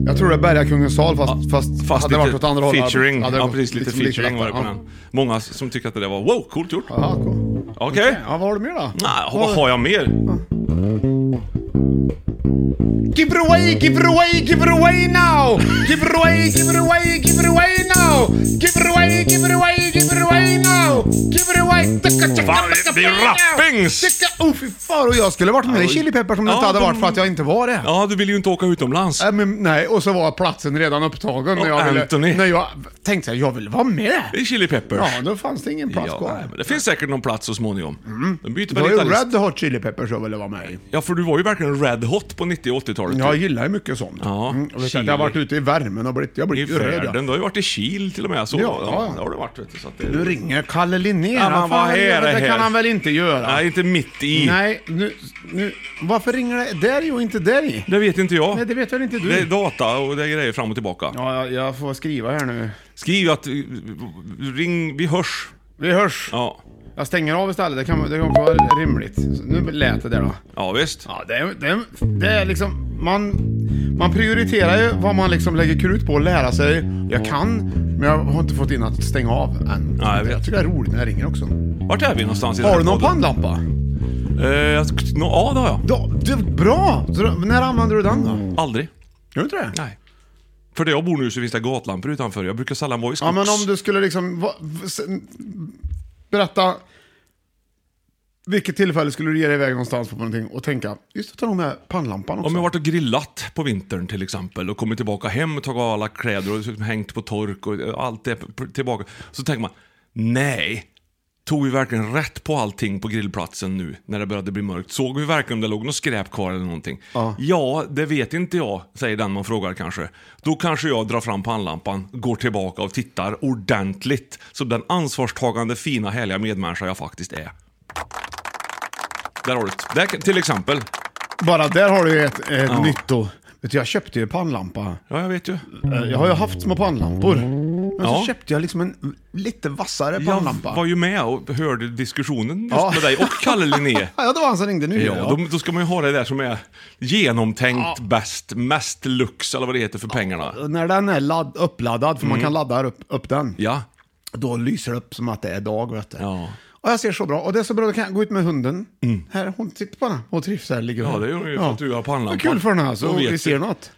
Speaker 1: Jag tror det är Bergakungens sal fast, fast,
Speaker 2: fast
Speaker 1: hade Alltså, det varit
Speaker 2: lite
Speaker 1: åt andra hållet.
Speaker 2: featuring.
Speaker 1: hade det
Speaker 2: ja,
Speaker 1: gått
Speaker 2: precis. Lite
Speaker 1: liksom
Speaker 2: featuring var det på
Speaker 1: lättare.
Speaker 2: den. Många som tyckte att det där var wow, coolt gjort.
Speaker 1: Ja. Jaha, cool.
Speaker 2: Okej.
Speaker 1: Ja, vad har du mer då?
Speaker 2: Nej, vad har jag mer?
Speaker 1: Give it away, give it away, give it away now! Give it away, give it away, give it away now! Give it away, give it away, give it away now! Give it away! Tacka, tacka,
Speaker 2: Fan, det
Speaker 1: tacka,
Speaker 2: blir
Speaker 1: tacka.
Speaker 2: Mm. rappings!
Speaker 1: Tacka. Oh, fy fan. Och jag skulle varit med i Chili Peppers om det
Speaker 2: Ja,
Speaker 1: inte hade
Speaker 2: de-
Speaker 1: varit för att jag inte var det.
Speaker 2: Ja, du vill ju inte åka utomlands.
Speaker 1: Nej, men, nej, och så var platsen redan upptagen när
Speaker 2: Och
Speaker 1: jag, ville,
Speaker 2: Anthony.
Speaker 1: när jag tänkte såhär, jag vill vara med.
Speaker 2: I Chili Peppers.
Speaker 1: Ja, då fanns det ingen plats
Speaker 2: Ja,
Speaker 1: kvar.
Speaker 2: nej, men det finns säkert någon plats så småningom. De byter
Speaker 1: Det
Speaker 2: väl
Speaker 1: var Mm. ju
Speaker 2: gitarrist.
Speaker 1: Red Hot Chili Peppers jag ville vara med i.
Speaker 2: Ja, för du var ju verkligen red hot på 90 och 80-talet.
Speaker 1: Jag gillar ju mycket sånt.
Speaker 2: Ja,
Speaker 1: Mm, och vet jag,
Speaker 2: chili.
Speaker 1: jag har varit ute i värmen och blivit, jag har
Speaker 2: I
Speaker 1: blivit röd. ja.
Speaker 2: färden. Du har ju varit i Kil till och med. Så,
Speaker 1: Ja,
Speaker 2: ja,
Speaker 1: ja.
Speaker 2: Det har du varit vet du. Så att det...
Speaker 1: Nu ringer Kalle Linné.
Speaker 2: men
Speaker 1: Han
Speaker 2: vad
Speaker 1: fan,
Speaker 2: är
Speaker 1: det, det
Speaker 2: det här?
Speaker 1: kan han väl inte göra?
Speaker 2: Nej, inte mitt i.
Speaker 1: Nej, nu, nu, varför ringer det där i och inte där i?
Speaker 2: Det vet inte jag.
Speaker 1: Nej, det vet väl inte du?
Speaker 2: Det är data och det är grejer fram och tillbaka.
Speaker 1: Ja, jag, jag får skriva här nu.
Speaker 2: Skriv att... eh, Ring, vi hörs.
Speaker 1: Vi hörs.
Speaker 2: Ja,
Speaker 1: Jag stänger av istället. Det kan, det kan vara rimligt. Så nu lät det där då.
Speaker 2: ja visst.
Speaker 1: Ja, det är, det är, det är liksom... Man, man prioriterar ju vad man liksom lägger krut på att lära sig. Jag kan, men jag har inte fått in att stänga av än.
Speaker 2: Ja, jag vet.
Speaker 1: tycker det är roligt när jag ringer också.
Speaker 2: Vart är vi någonstans i den
Speaker 1: Har
Speaker 2: här
Speaker 1: du någon
Speaker 2: podden?
Speaker 1: pannlampa?
Speaker 2: Eh, jag sk- nå- ja, det har jag.
Speaker 1: Ja, det, bra! Så då- När använder du den då?
Speaker 2: Aldrig.
Speaker 1: Gör du inte det?
Speaker 2: Nej. För där jag bor nu så finns det gatlampor utanför. Jag brukar sällan vara i
Speaker 1: Ja,
Speaker 2: skogs.
Speaker 1: men om du skulle liksom... va- s- Berätta. Vilket tillfälle skulle du ge dig iväg någonstans på någonting och tänka, just att ta nog med pannlampan också.
Speaker 2: Om jag varit och grillat på vintern till exempel och kommit tillbaka hem och tagit av alla kläder och liksom hängt på tork och allt det p- tillbaka. Så tänker man, nej. Tog vi verkligen rätt på allting på grillplatsen nu när det började bli mörkt? Såg vi verkligen om det låg något skräp kvar eller någonting?
Speaker 1: Ja.
Speaker 2: ja, det vet inte jag, säger den man frågar kanske. Då kanske jag drar fram pannlampan, går tillbaka och tittar ordentligt. Som den ansvarstagande, fina, härliga medmänniska jag faktiskt är. Där har du det. Där, kan- till exempel.
Speaker 1: Bara där har du ju ett, ett
Speaker 2: Ja.
Speaker 1: nytto. Vet du, jag köpte ju pannlampa.
Speaker 2: Ja, jag vet ju.
Speaker 1: Eh, Jag har ju haft små pannlampor. Men
Speaker 2: Ja.
Speaker 1: så köpte jag liksom en lite vassare pannlampa.
Speaker 2: Jag var ju med och hörde diskussionen just
Speaker 1: Ja.
Speaker 2: med dig och Kalle Linné.
Speaker 1: Ja, det var han som ringde nu.
Speaker 2: Ja, då, då ska man ju ha det där som är genomtänkt, bäst, mest lux eller vad det heter för pengarna.
Speaker 1: När den är ladd, uppladdad, för man kan ladda upp, upp den,
Speaker 2: Mm. Ja.
Speaker 1: då lyser det upp som att det är dag. Vet du.
Speaker 2: Ja. Mm.
Speaker 1: Och jag ser så bra. Och det är så bra, då kan jag gå ut med hunden. Här, hon sitter på den. Hon trivs här. Ligger
Speaker 2: Ja,
Speaker 1: hon.
Speaker 2: det gör hon ju för att du har pannlampan.
Speaker 1: Vad kul för henne alltså.
Speaker 2: Hon
Speaker 1: och
Speaker 2: vet
Speaker 1: Vi
Speaker 2: ju.
Speaker 1: ser något.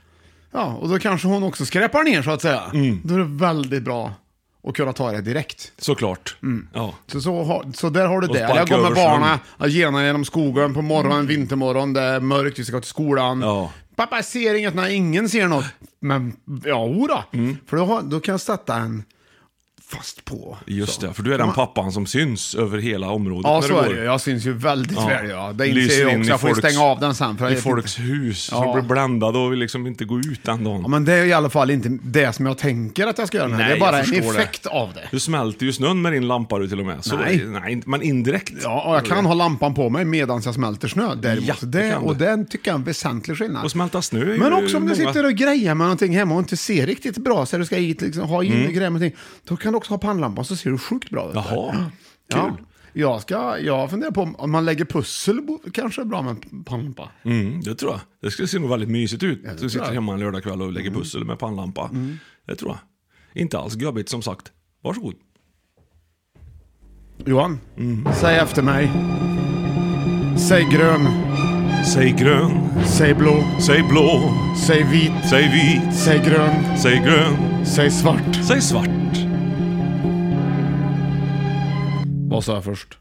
Speaker 1: Ja, och då kanske hon också skräpar ner så att säga.
Speaker 2: Mm.
Speaker 1: Då är det väldigt bra att kunna ta det direkt.
Speaker 2: Såklart.
Speaker 1: Mm.
Speaker 2: Ja.
Speaker 1: Så, så, har, så där har du
Speaker 2: Och
Speaker 1: det.
Speaker 2: sparka
Speaker 1: Jag går med
Speaker 2: över snön. Mm.
Speaker 1: barnen, jag genar genom skogen på morgonen, vintermorgon, det är mörkt, vi ska gå till skolan.
Speaker 2: Ja.
Speaker 1: Pappa jag ser inget, när ingen ser något. Men ja, jodå.
Speaker 2: Mm.
Speaker 1: För då, har- då kan jag sätta en fast på.
Speaker 2: Just
Speaker 1: så.
Speaker 2: det, för du är den pappan som syns över hela området
Speaker 1: Ja,
Speaker 2: när
Speaker 1: så
Speaker 2: du
Speaker 1: är
Speaker 2: går.
Speaker 1: det ju. Jag syns ju väldigt väl. Ja. Det
Speaker 2: Lyser
Speaker 1: inser jag
Speaker 2: in i
Speaker 1: också. Jag får ju
Speaker 2: folks-
Speaker 1: stänga av den sen. För jag
Speaker 2: I
Speaker 1: vet
Speaker 2: folks
Speaker 1: inte.
Speaker 2: hus, så
Speaker 1: Ja.
Speaker 2: du blir bländad och vill liksom inte gå ut den dagen.
Speaker 1: Ja, men det är ju i alla fall inte det som jag tänker att jag ska göra. Nej, det
Speaker 2: Nej,
Speaker 1: är bara
Speaker 2: jag
Speaker 1: en
Speaker 2: förstår det.
Speaker 1: effekt av det.
Speaker 2: Du smälter ju snön med din lampa du till och med. Så,
Speaker 1: Nej.
Speaker 2: nej. Men indirekt.
Speaker 1: Ja, och jag kan ha lampan på mig medan jag smälter snö däremot.
Speaker 2: Ja, det
Speaker 1: det,
Speaker 2: kan du.
Speaker 1: och den tycker jag är en väsentlig skillnad.
Speaker 2: Och smälta snö är ju
Speaker 1: Men också om du
Speaker 2: många-
Speaker 1: sitter och grejer med någonting hemma och inte ser riktigt bra, så du ska hit, liksom, ha in
Speaker 2: Mm.
Speaker 1: grejer med någonting, då kan du också ha pannlampan så ser du sjukt bra ut.
Speaker 2: Jaha,
Speaker 1: kul. Ja. Jag, ska, jag funderar på om- om man lägger pussel bo- kanske är bra med en pannlampa.
Speaker 2: Mm, det tror jag. Det skulle se nog väldigt mysigt ut.
Speaker 1: det
Speaker 2: du
Speaker 1: tror
Speaker 2: sitter
Speaker 1: jag. Mm.
Speaker 2: hemma en lördagkväll och lägger pussel med pannlampa. Det tror jag. Inte alls gubbigt som sagt. Varsågod.
Speaker 1: Johan, säg efter mig. Säg grön,
Speaker 2: Säg grön,
Speaker 1: säg blå,
Speaker 2: säg blå,
Speaker 1: säg vit,
Speaker 2: säg vit,
Speaker 1: säg grön,
Speaker 2: säg grön,
Speaker 1: säg svart.
Speaker 2: säg svart.
Speaker 1: Vad sa jag först?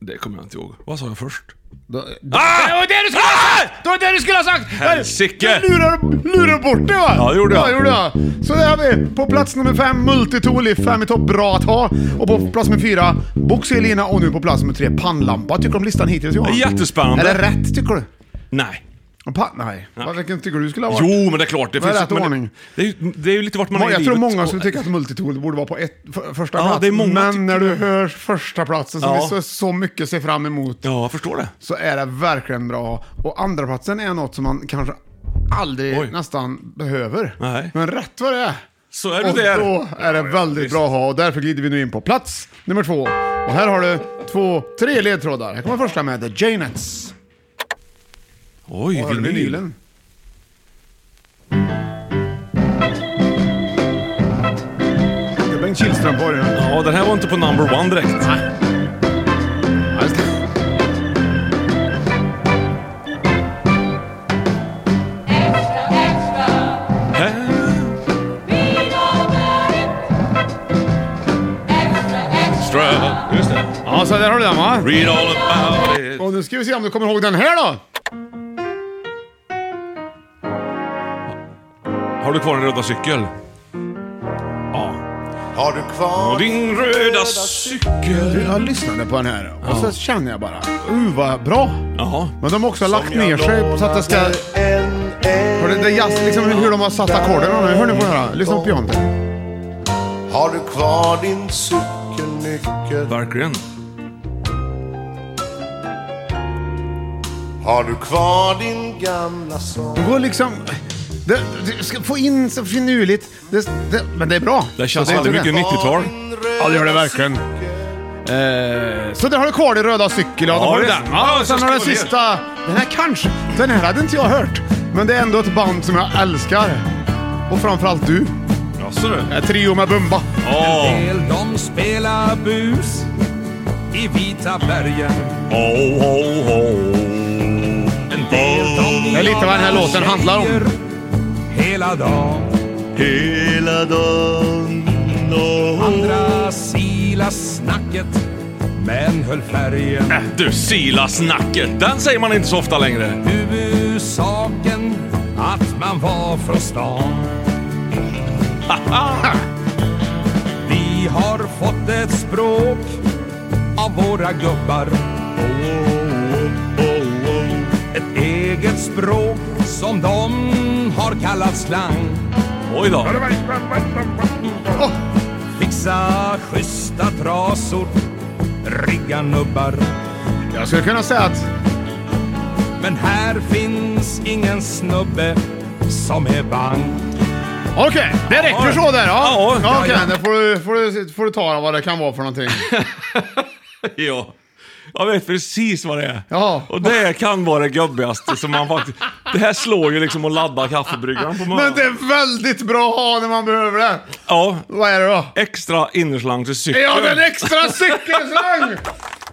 Speaker 2: Det kommer jag inte ihåg. Vad sa jag först?
Speaker 1: Då-
Speaker 2: Ah! Det var det du skulle ha sagt!
Speaker 1: Det var det du skulle ha sagt!
Speaker 2: Helsike!
Speaker 1: Du lurar, lurar bort det va?
Speaker 2: Ja, det gjorde jag.
Speaker 1: Ja, gjorde jag. Så där har vi på plats nummer fem, multitool i fem i topp, bra att ha. Och på plats nummer fyra, Boxelina och nu på plats nummer tre, pannlampa. Tycker du om listan hittills Johan?
Speaker 2: Jättespännande.
Speaker 1: Är det rätt tycker du?
Speaker 2: Nej.
Speaker 1: Pa- nej.
Speaker 2: Nej.
Speaker 1: Vad- Vilken tycker du skulle ha varit?
Speaker 2: Jo, men det är klart. Det,
Speaker 1: Vad är rätt
Speaker 2: men det-
Speaker 1: ordning?
Speaker 2: Det är, ju, det är ju lite vart man är i
Speaker 1: jag tror
Speaker 2: livet.
Speaker 1: många
Speaker 2: Och-
Speaker 1: skulle tycka att multitool borde vara på ett, för, första
Speaker 2: Ja,
Speaker 1: plats.
Speaker 2: det är många
Speaker 1: men när
Speaker 2: tycker
Speaker 1: du hör första platsen som
Speaker 2: Ja.
Speaker 1: vi så, så mycket ser fram emot
Speaker 2: Ja, jag förstår det.
Speaker 1: så är det verkligen bra. Och andra platsen är något som man kanske aldrig
Speaker 2: Oj.
Speaker 1: nästan behöver.
Speaker 2: Nej.
Speaker 1: Men rätt vad det är.
Speaker 2: Så är du
Speaker 1: och
Speaker 2: där.
Speaker 1: då är det väldigt bra att ha och därför glider vi nu in på plats nummer två. Och här har du två, tre ledtrådar. Här kommer första med The Janets.
Speaker 2: Oj,
Speaker 1: Har du vinylen? Det är Bengt Kihlström på den.
Speaker 2: Ja, den här var inte på number one direkt. Extra, just det.
Speaker 1: Ja, så där har du den va?
Speaker 2: Read all about it.
Speaker 1: Och nu ska vi se om du kommer ihåg den här då.
Speaker 2: Har du kvar din röda cykel? Ja.
Speaker 7: Har du
Speaker 2: Och
Speaker 7: kvar
Speaker 2: din röda cykel.
Speaker 1: Jag lyssnade på den här och så känner jag bara, uh vad bra.
Speaker 2: Jaha.
Speaker 1: Men de har också lagt
Speaker 7: jag
Speaker 1: ner sig så att det ska...
Speaker 7: en, en?
Speaker 1: Hör du, det är jazz, liksom hur de har satt ackorden. Hör ni på det här? Lyssna på pianot.
Speaker 7: Har du kvar din cykelnyckel?
Speaker 2: Verkligen.
Speaker 7: Har du kvar din gamla sång?
Speaker 1: Det går liksom... Det, det ska få in så finurligt. Det, det, men det är bra.
Speaker 2: Det känns
Speaker 1: Så är
Speaker 2: väldigt
Speaker 1: inte
Speaker 2: mycket
Speaker 1: det.
Speaker 2: 90-tal.
Speaker 1: Ja, det gör det verkligen. Eh, så där har du kvar din röda cykeln. Ja,
Speaker 2: Ja,
Speaker 1: då har du
Speaker 2: det-
Speaker 1: den. Ja,
Speaker 2: ja,
Speaker 1: och sen
Speaker 2: så
Speaker 1: har du den
Speaker 2: ska vi
Speaker 1: sista. Den här kanske... Den här hade inte jag hört. Men det är ändå ett band som jag älskar. Och framförallt du.
Speaker 2: Jaså du?
Speaker 1: Trio med Bumba.
Speaker 2: Ja.
Speaker 4: Del de spelar bus i vita bergen.
Speaker 2: Oh, oh, oh.
Speaker 4: En del de
Speaker 1: Det är lite vad den här låten handlar om.
Speaker 4: Hela dagen.
Speaker 7: Hela dagen.
Speaker 4: Andra sila snacket men höll färgen.
Speaker 2: Äh, du, Sila-snacket. Den säger man inte så ofta längre.
Speaker 4: Huvudsaken att man var från stan. Vi har fått ett språk av våra gubbar. Ett eget språk som de har kallat slang.
Speaker 2: Oj då.
Speaker 4: Fixa schyssta trasor, rigga nubbar.
Speaker 1: Jag skulle kunna säga att
Speaker 4: Men här finns ingen snubbe som är bang.
Speaker 1: Okej, det räcker så där. Ja,
Speaker 2: Ja, ja,
Speaker 1: okej.
Speaker 2: ja.
Speaker 1: Det får du, får, du, får du ta vad det kan vara för någonting.
Speaker 2: Ja. Jag vet precis vad det är.
Speaker 1: Ja.
Speaker 2: Och det kan vara det gubbigaste som man faktiskt... Det här slår ju liksom att ladda kaffebryggaren på
Speaker 1: Men
Speaker 2: morgonen.
Speaker 1: det är väldigt bra att ha när man behöver det.
Speaker 2: Ja.
Speaker 1: Vad är det då?
Speaker 2: Extra innerslang till cykeln.
Speaker 1: Ja, den extra cykelslang!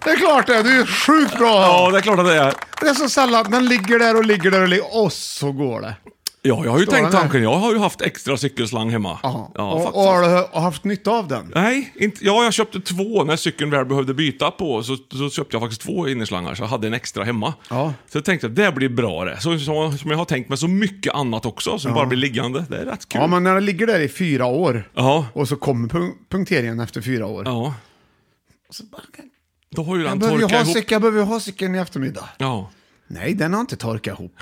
Speaker 1: Det är klart det, du är sjukt bra.
Speaker 2: Ja, det är klart att det är.
Speaker 1: Det är så sällan, den ligger där och ligger där och ligger, och så går det.
Speaker 2: Ja, jag har ju
Speaker 1: Står den
Speaker 2: tänkt
Speaker 1: där?
Speaker 2: tanken. Jag har ju haft extra cykelslang hemma.
Speaker 1: Ja,
Speaker 2: Ja,
Speaker 1: och, och
Speaker 2: faktiskt.
Speaker 1: har du och haft nytta av den?
Speaker 2: Nej, inte, ja, jag köpte två när cykeln väl behövde byta på. Så, så köpte jag faktiskt två innerslangar, så jag hade en extra hemma.
Speaker 1: Ja.
Speaker 2: Så jag tänkte att det blir bra det. Så, så, som jag har tänkt med så mycket annat också, som bara blir liggande. Det är rätt kul.
Speaker 1: Ja, men när den ligger där i fyra år
Speaker 2: ja.
Speaker 1: och så kommer punk- punkteringen efter fyra år.
Speaker 2: ja. Då har ju
Speaker 1: Jag
Speaker 2: den
Speaker 1: behöver ju
Speaker 2: torkat
Speaker 1: ha
Speaker 2: ihop.
Speaker 1: cykeln, jag behöver ju ha cykeln i eftermiddag.
Speaker 2: Ja.
Speaker 1: Nej, den har inte torkat ihop.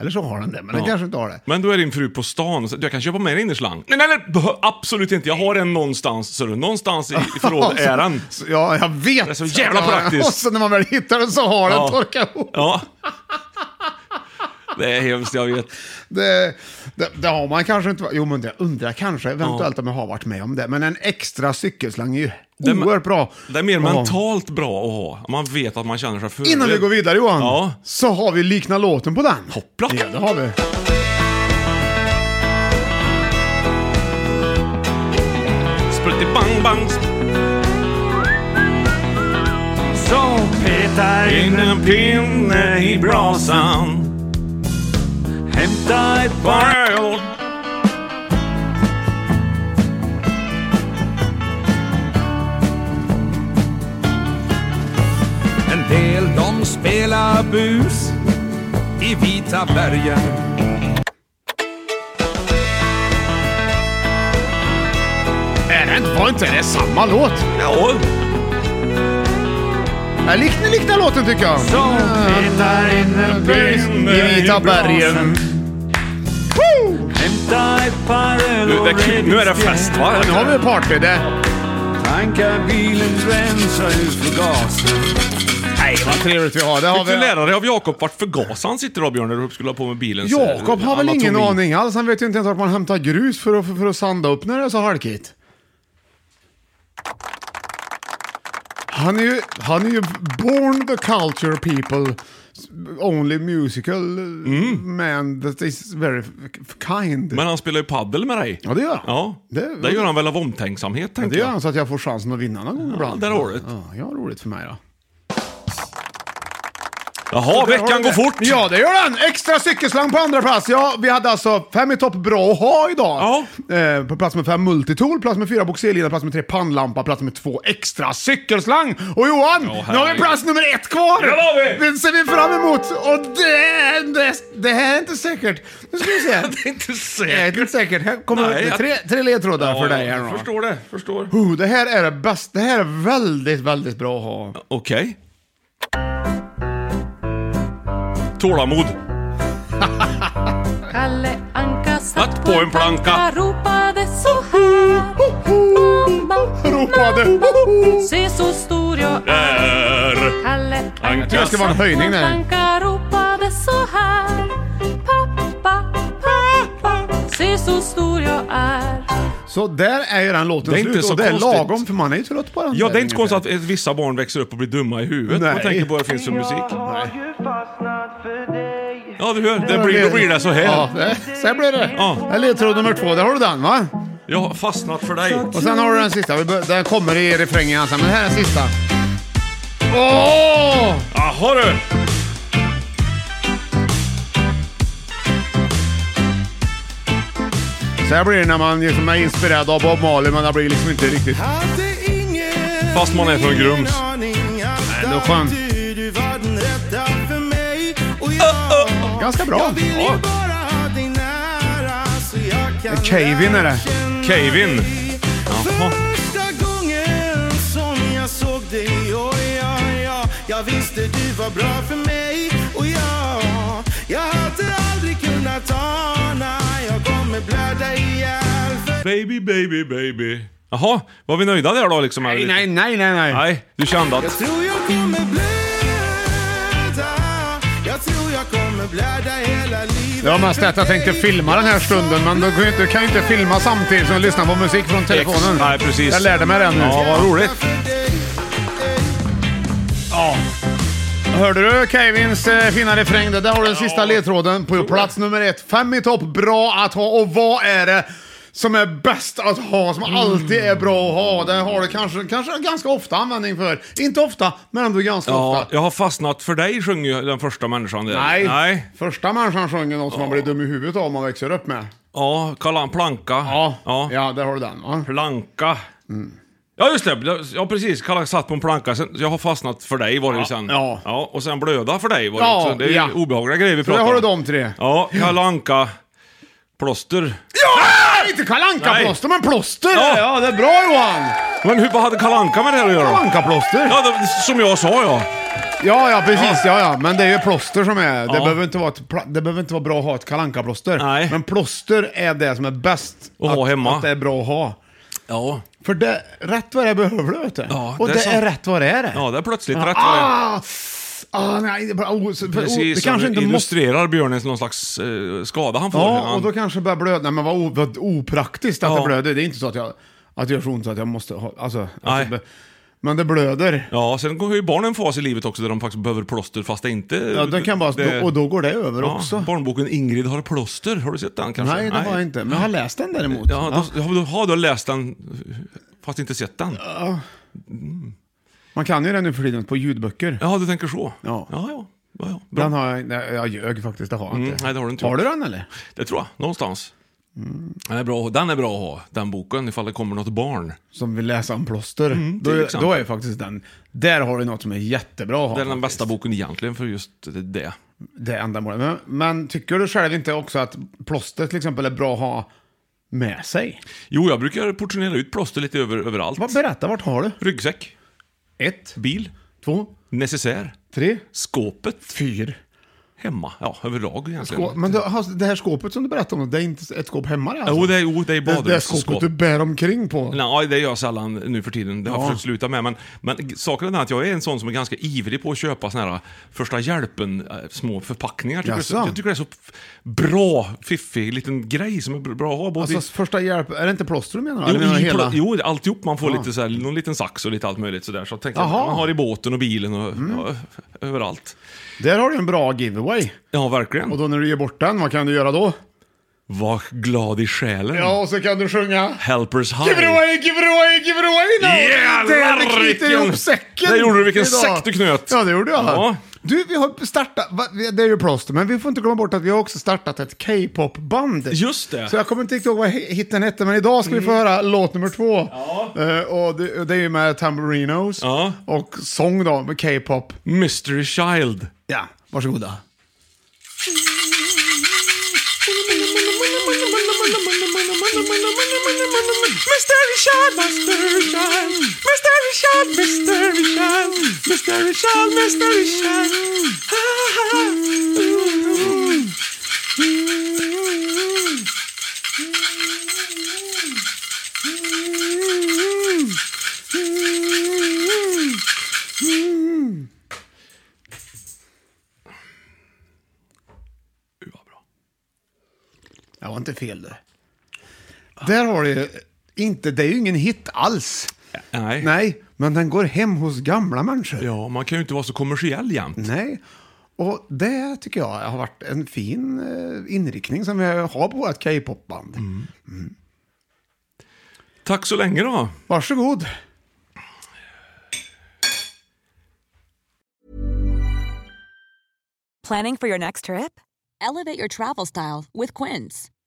Speaker 1: Eller så har den det, men den
Speaker 2: Ja.
Speaker 1: kanske inte har det.
Speaker 2: Men då är din fru på stan, så jag kan köpa med en innerslang. Nej, nej, nej, behö- absolut inte. Jag har en någonstans, så du. Någonstans i, i förrådet är den.
Speaker 1: Så, ja, jag vet.
Speaker 2: Det är så jävla praktiskt.
Speaker 1: Och så när man väl hittar den så har den
Speaker 2: Ja.
Speaker 1: torkat ihop.
Speaker 2: Ja. Det är hemskt, jag vet.
Speaker 1: Det, det, det har man kanske inte. Jo, men det undrar kanske eventuellt om jag har varit med om det. Men en extra cykelslang är ju
Speaker 2: Det är ma-
Speaker 1: oerhört bra.
Speaker 2: Det är mer
Speaker 1: Ja.
Speaker 2: mentalt bra att ha. Man vet att man känner sig förberedd.
Speaker 1: Innan vi går vidare Johan,
Speaker 2: Ja.
Speaker 1: så har vi likna låten på den.
Speaker 2: Hoppla.
Speaker 1: Ja, det har vi.
Speaker 2: Sprutti bang bang.
Speaker 4: Så peta
Speaker 2: In en pinne i brasan.
Speaker 4: hämta ett
Speaker 2: Bröd.
Speaker 4: En del de spelar bus i vita bergen.
Speaker 1: Är det inte, var inte det samma låt?
Speaker 2: Ja,
Speaker 1: Jag liknar likna låten tycker jag.
Speaker 4: Så
Speaker 2: Ah.
Speaker 4: peta in en
Speaker 2: pinne
Speaker 1: I vita bergen. Woo!
Speaker 4: hämta ett par öl
Speaker 2: nu, det är kul. nu är det fest va?
Speaker 1: Nu har vi party. Det.
Speaker 4: Tanka bilens rensa ut förgasen.
Speaker 1: Nej, vad trevligt vi har. Det har
Speaker 2: Fick du
Speaker 1: vi.
Speaker 2: lära dig av Jakob vart förgasaren sitter då Björn när du skulle ha på med bilen?
Speaker 1: Jakob har väl ingen
Speaker 2: Anatomi.
Speaker 1: aning alls. Han vet ju inte ens vart man hämtar grus för att, för att sanda upp när det är så halkigt. Han är, ju, han är ju born the culture people, only musical man that is very kind.
Speaker 2: Mm. Men han spelar ju paddel med dig.
Speaker 1: ja, det gör han.
Speaker 2: Ja,
Speaker 1: Det-
Speaker 2: det, gör han väl av omtänksamhet
Speaker 1: det
Speaker 2: tänker
Speaker 1: gör
Speaker 2: jag.
Speaker 1: han så att jag får chansen att vinna någon gång ibland.
Speaker 2: där har du det.
Speaker 1: Ja, ja, roligt för mig då.
Speaker 2: Jaha, veckan går fort!
Speaker 1: Ja, det gör den! Extra cykelslang på andra plats. Ja, vi hade alltså fem i topp bra att ha idag. Eh, på plats med fem multitool, plats med fyra boxerlina, plats med tre pannlampa, plats med två extra cykelslang. Och Johan, nu har vi
Speaker 2: herregud.
Speaker 1: plats nummer ett kvar!
Speaker 2: Ja, det har vi.
Speaker 1: Det ser vi fram emot! Och det, det, det här är inte säkert. Nu ska vi se.
Speaker 2: Det är inte
Speaker 1: det är
Speaker 2: säkert.
Speaker 1: inte säkert. Här kommer
Speaker 2: Nej,
Speaker 1: det är tre, tre ledtrådar för dig här
Speaker 2: jag
Speaker 1: nu.
Speaker 2: Förstår det, förstår.
Speaker 1: Oh, det här är det bästa. Det här är väldigt, väldigt bra att ha.
Speaker 2: Okej. Tålamod.
Speaker 8: Kalle Anka
Speaker 2: Satt
Speaker 8: satt
Speaker 2: på en planka.
Speaker 8: ropade så här Mamma,
Speaker 1: Ropade.
Speaker 8: mamma, se så stor jag är
Speaker 2: Där.
Speaker 8: Kalle Anka
Speaker 2: Det ska vara en
Speaker 8: satt på
Speaker 1: höjning där.
Speaker 8: planka ropade så här Pappa, pappa, se så stor jag är
Speaker 1: Så där är ju den låten
Speaker 2: Det är
Speaker 1: slut
Speaker 2: inte så
Speaker 1: och det är
Speaker 2: konstigt.
Speaker 1: lagom för man är ju trött på den.
Speaker 2: Ja,
Speaker 1: där
Speaker 2: det är inte
Speaker 1: ungefär.
Speaker 2: konstigt att ett- vissa barn växer upp och blir dumma i huvudet
Speaker 1: Nej.
Speaker 2: och tänker på vad det finns för musik.
Speaker 1: Nej.
Speaker 7: ju fastnat för dig
Speaker 2: Ja, du hör. Det blir, då blir det så här.
Speaker 1: Ja, det- så här blir det.
Speaker 2: Ja.
Speaker 1: Det är ledtråd nummer två. Där har du den va?
Speaker 2: Jag har fastnat för dig.
Speaker 1: Och sen har du den sista. Vi bör- Den kommer i refrängen sen, men här är den sista. Åh!
Speaker 2: Jaha du!
Speaker 1: Så här blir det när man liksom är inspirerad av Bob Marley, men det blir liksom inte riktigt...
Speaker 2: Fast man är från Grums.
Speaker 1: Nej, det var skönt. Ganska bra.
Speaker 2: Ja.
Speaker 1: Cavin är det.
Speaker 2: Kevin. Jaha.
Speaker 9: Första gången som jag såg dig, och ja, ja Jag visste du var bra för mig, och ja Jag hade aldrig kunnat ana Jag kommer blöda ihjäl
Speaker 2: Baby, baby, baby. Jaha, var vi nöjda där då liksom? Nej, nej,
Speaker 1: nej, nej, nej.
Speaker 2: Nej, du kände att...
Speaker 9: Tror jag kommer blöda Jag tror jag kommer blöda hela livet
Speaker 1: Det var mest att jag tänkte filma den här stunden, men du kan ju inte, kan ju inte filma samtidigt som du lyssnar på musik från telefonen.
Speaker 2: Ex- Nej, precis.
Speaker 1: Jag lärde mig det nu.
Speaker 2: Ja, vad roligt.
Speaker 1: Ja. Hörde du Kevins eh, fina refräng? Där har du den sista ledtråden på plats nummer ett. Fem i topp, bra att ha. Och vad är det som är bäst att ha,
Speaker 2: Mm.
Speaker 1: som alltid är bra att ha? Det har du kanske, kanske ganska ofta användning för. Inte ofta, men ändå ganska ofta.
Speaker 2: Ja, jag har fastnat för dig sjöng ju den första människan där.
Speaker 1: Nej.
Speaker 2: Nej.
Speaker 1: Första människan sjöng ju något som man blir dum i huvudet av om man växer upp med.
Speaker 2: Ja, kalla han planka. Ja. ja.
Speaker 1: där har du den
Speaker 2: Planka. Ja just det, ja precis. Kalle satt på en planka, sen, jag har fastnat för dig var det ju sen. Ja. ja. Och sen blöda för dig var det
Speaker 1: Ja,
Speaker 2: också. Det är ju
Speaker 1: ja.
Speaker 2: obehagliga grejer vi
Speaker 1: Så där
Speaker 2: pratar
Speaker 1: har du
Speaker 2: om.
Speaker 1: de tre.
Speaker 2: Ja, Kalle Anka, plåster.
Speaker 1: Ja! Inte Kalle Anka-plåster, men plåster! Ja. ja, det är bra Johan!
Speaker 2: Men hur, vad hade Kalle Anka med det här att göra?
Speaker 1: Kalle Anka-plåster.
Speaker 2: Ja, det, som jag sa ja.
Speaker 1: Ja, ja precis. Ja. Ja, Men det är ju plåster som är... Det,
Speaker 2: Ja.
Speaker 1: behöver inte vara ett, pla- det behöver inte vara bra att ha ett kalanka plåster Nej. Men plåster är det som är bäst.
Speaker 2: Att ha hemma.
Speaker 1: Att det är bra att ha.
Speaker 2: Ja.
Speaker 1: För det, rätt vad det är behöver du vet du.
Speaker 2: Ja,
Speaker 1: Och det,
Speaker 2: sant.
Speaker 1: är rätt vad det är det.
Speaker 2: Ja, det är plötsligt
Speaker 1: Ja.
Speaker 2: rätt vad det är.
Speaker 1: ah! ah, nej, det, är bara- oh, så- för- oh,
Speaker 2: Precis,
Speaker 1: det kanske inte måste...
Speaker 2: illustrerar björnens någon slags eh, skada han får.
Speaker 1: Ja, och
Speaker 2: Han-
Speaker 1: då kanske det börjar blöda. Nej men vad, o, vad opraktiskt att
Speaker 2: Ja.
Speaker 1: det blöder. Det är inte så att jag... Att det gör så ont så att jag måste ha... Alltså...
Speaker 2: Nej.
Speaker 1: alltså, men det blöder.
Speaker 2: Ja, sen går ju barnen en fas i livet också där de faktiskt behöver plåster fast det inte...
Speaker 1: Ja, den kan bara,
Speaker 2: det-
Speaker 1: och då går det över
Speaker 2: Ja,
Speaker 1: också.
Speaker 2: Barnboken Ingrid har plåster, har du sett den kanske?
Speaker 1: Nej, det har jag inte. Men jag har läst den däremot.
Speaker 2: Ja, då, ja. Då, har du läst den fast inte sett den?
Speaker 1: Ja. Man kan ju det nu för tiden på ljudböcker.
Speaker 2: Ja, du tänker så.
Speaker 1: Ja.
Speaker 2: Ja, ja. ja, ja. Bra.
Speaker 1: Den har jag, nej, jag ljög faktiskt, det har jag
Speaker 2: Mm,
Speaker 1: inte.
Speaker 2: nej, det har du inte.
Speaker 1: Har du Mm. den eller?
Speaker 2: Det tror jag, någonstans. Den, är bra, att ha- den är bra att ha, den boken, ifall det kommer något barn.
Speaker 1: Som vill läsa om plåster.
Speaker 2: Mm, till
Speaker 1: då,
Speaker 2: exempel.
Speaker 1: då är faktiskt den, där har du något som är jättebra att ha.
Speaker 2: det är den bästa boken egentligen för just det.
Speaker 1: Det ändamålet. Men, men tycker du själv inte också att plåster till exempel är bra att ha med sig?
Speaker 2: Jo, jag brukar portionera ut plåster lite över, överallt.
Speaker 1: Vad, berätta, vart har du?
Speaker 2: Ryggsäck.
Speaker 1: Ett.
Speaker 2: Bil.
Speaker 1: Två.
Speaker 2: Necessär.
Speaker 1: Tre.
Speaker 2: Skåpet.
Speaker 1: Fyr.
Speaker 2: Hemma. Ja, överlag egentligen.
Speaker 1: Skå- Men du, har- alltså, det här skåpet som du berättade om, det är inte ett skåp hemma det,
Speaker 2: Jo, det är, jo, det är
Speaker 1: det, det är skåpet
Speaker 2: badrumsskåp.
Speaker 1: du bär omkring på.
Speaker 2: Nej, det gör jag sällan nu för tiden. Det har jag
Speaker 1: Ja.
Speaker 2: försökt sluta med. Men, men saken är den att jag är en sån som är ganska ivrig på att köpa såna här första hjälpen eh, små förpackningar. Jag tycker, det är så-
Speaker 1: Jaså?
Speaker 2: jag tycker det är så f- bra, fiffig liten grej som är br- bra att ha. Både
Speaker 1: Alltså
Speaker 2: i-
Speaker 1: första hjälp, är det inte plåster du menar?
Speaker 2: Jo,
Speaker 1: Eller menar
Speaker 2: i,
Speaker 1: du hela?
Speaker 2: hela... jo, alltihop. Man får
Speaker 1: Ja.
Speaker 2: lite så här, någon liten sax och lite allt möjligt sådär. Så jag tänkte att
Speaker 1: Jaha. Mm.
Speaker 2: man har i båten och bilen och ja, överallt.
Speaker 1: Där har du en bra giveaway.
Speaker 2: Ja, verkligen.
Speaker 1: Och då när du ger bort den, vad kan du göra
Speaker 2: Mm.
Speaker 1: då?
Speaker 2: Var glad i själen.
Speaker 1: Ja, och så kan du sjunga
Speaker 2: Helpers high.
Speaker 1: Give it away, give it away, give it away now!
Speaker 2: Jävlar,
Speaker 1: Det knyter
Speaker 2: vilken-
Speaker 1: ihop säcken!
Speaker 2: Där gjorde du vilken
Speaker 1: idag.
Speaker 2: säck du knöt.
Speaker 1: Ja, det gjorde jag.
Speaker 2: Ja.
Speaker 1: Du, vi har startat, va, vi- det är ju plåster, men vi får inte glömma bort att vi har också startat ett K-pop-band.
Speaker 2: Just det. Mm.
Speaker 1: Så jag kommer inte riktigt ihåg vad hi- hitten hette, men idag ska vi få höra låt nummer två. Eh, och det, det är ju med Tamburinos
Speaker 2: Ja.
Speaker 1: och sång då med K-pop.
Speaker 2: Mystery Child.
Speaker 1: Ja, varsågoda.
Speaker 5: Mystery shot, mystery shot, mystery shot, mystery shot, mystery shot, mystery shot.
Speaker 1: Det var inte fel det. Där har du ju inte, det är ju ingen hit alls.
Speaker 2: Nej.
Speaker 1: Nej, men den går hem hos gamla människor.
Speaker 2: Ja, man kan ju inte vara så kommersiell jämt.
Speaker 1: Nej. Och det tycker jag har varit en fin eh, inriktning som vi har på vårt K-popband.
Speaker 2: Tack så länge då.
Speaker 1: Varsågod.
Speaker 10: Planning for your next trip? Elevate your travel style with Quince.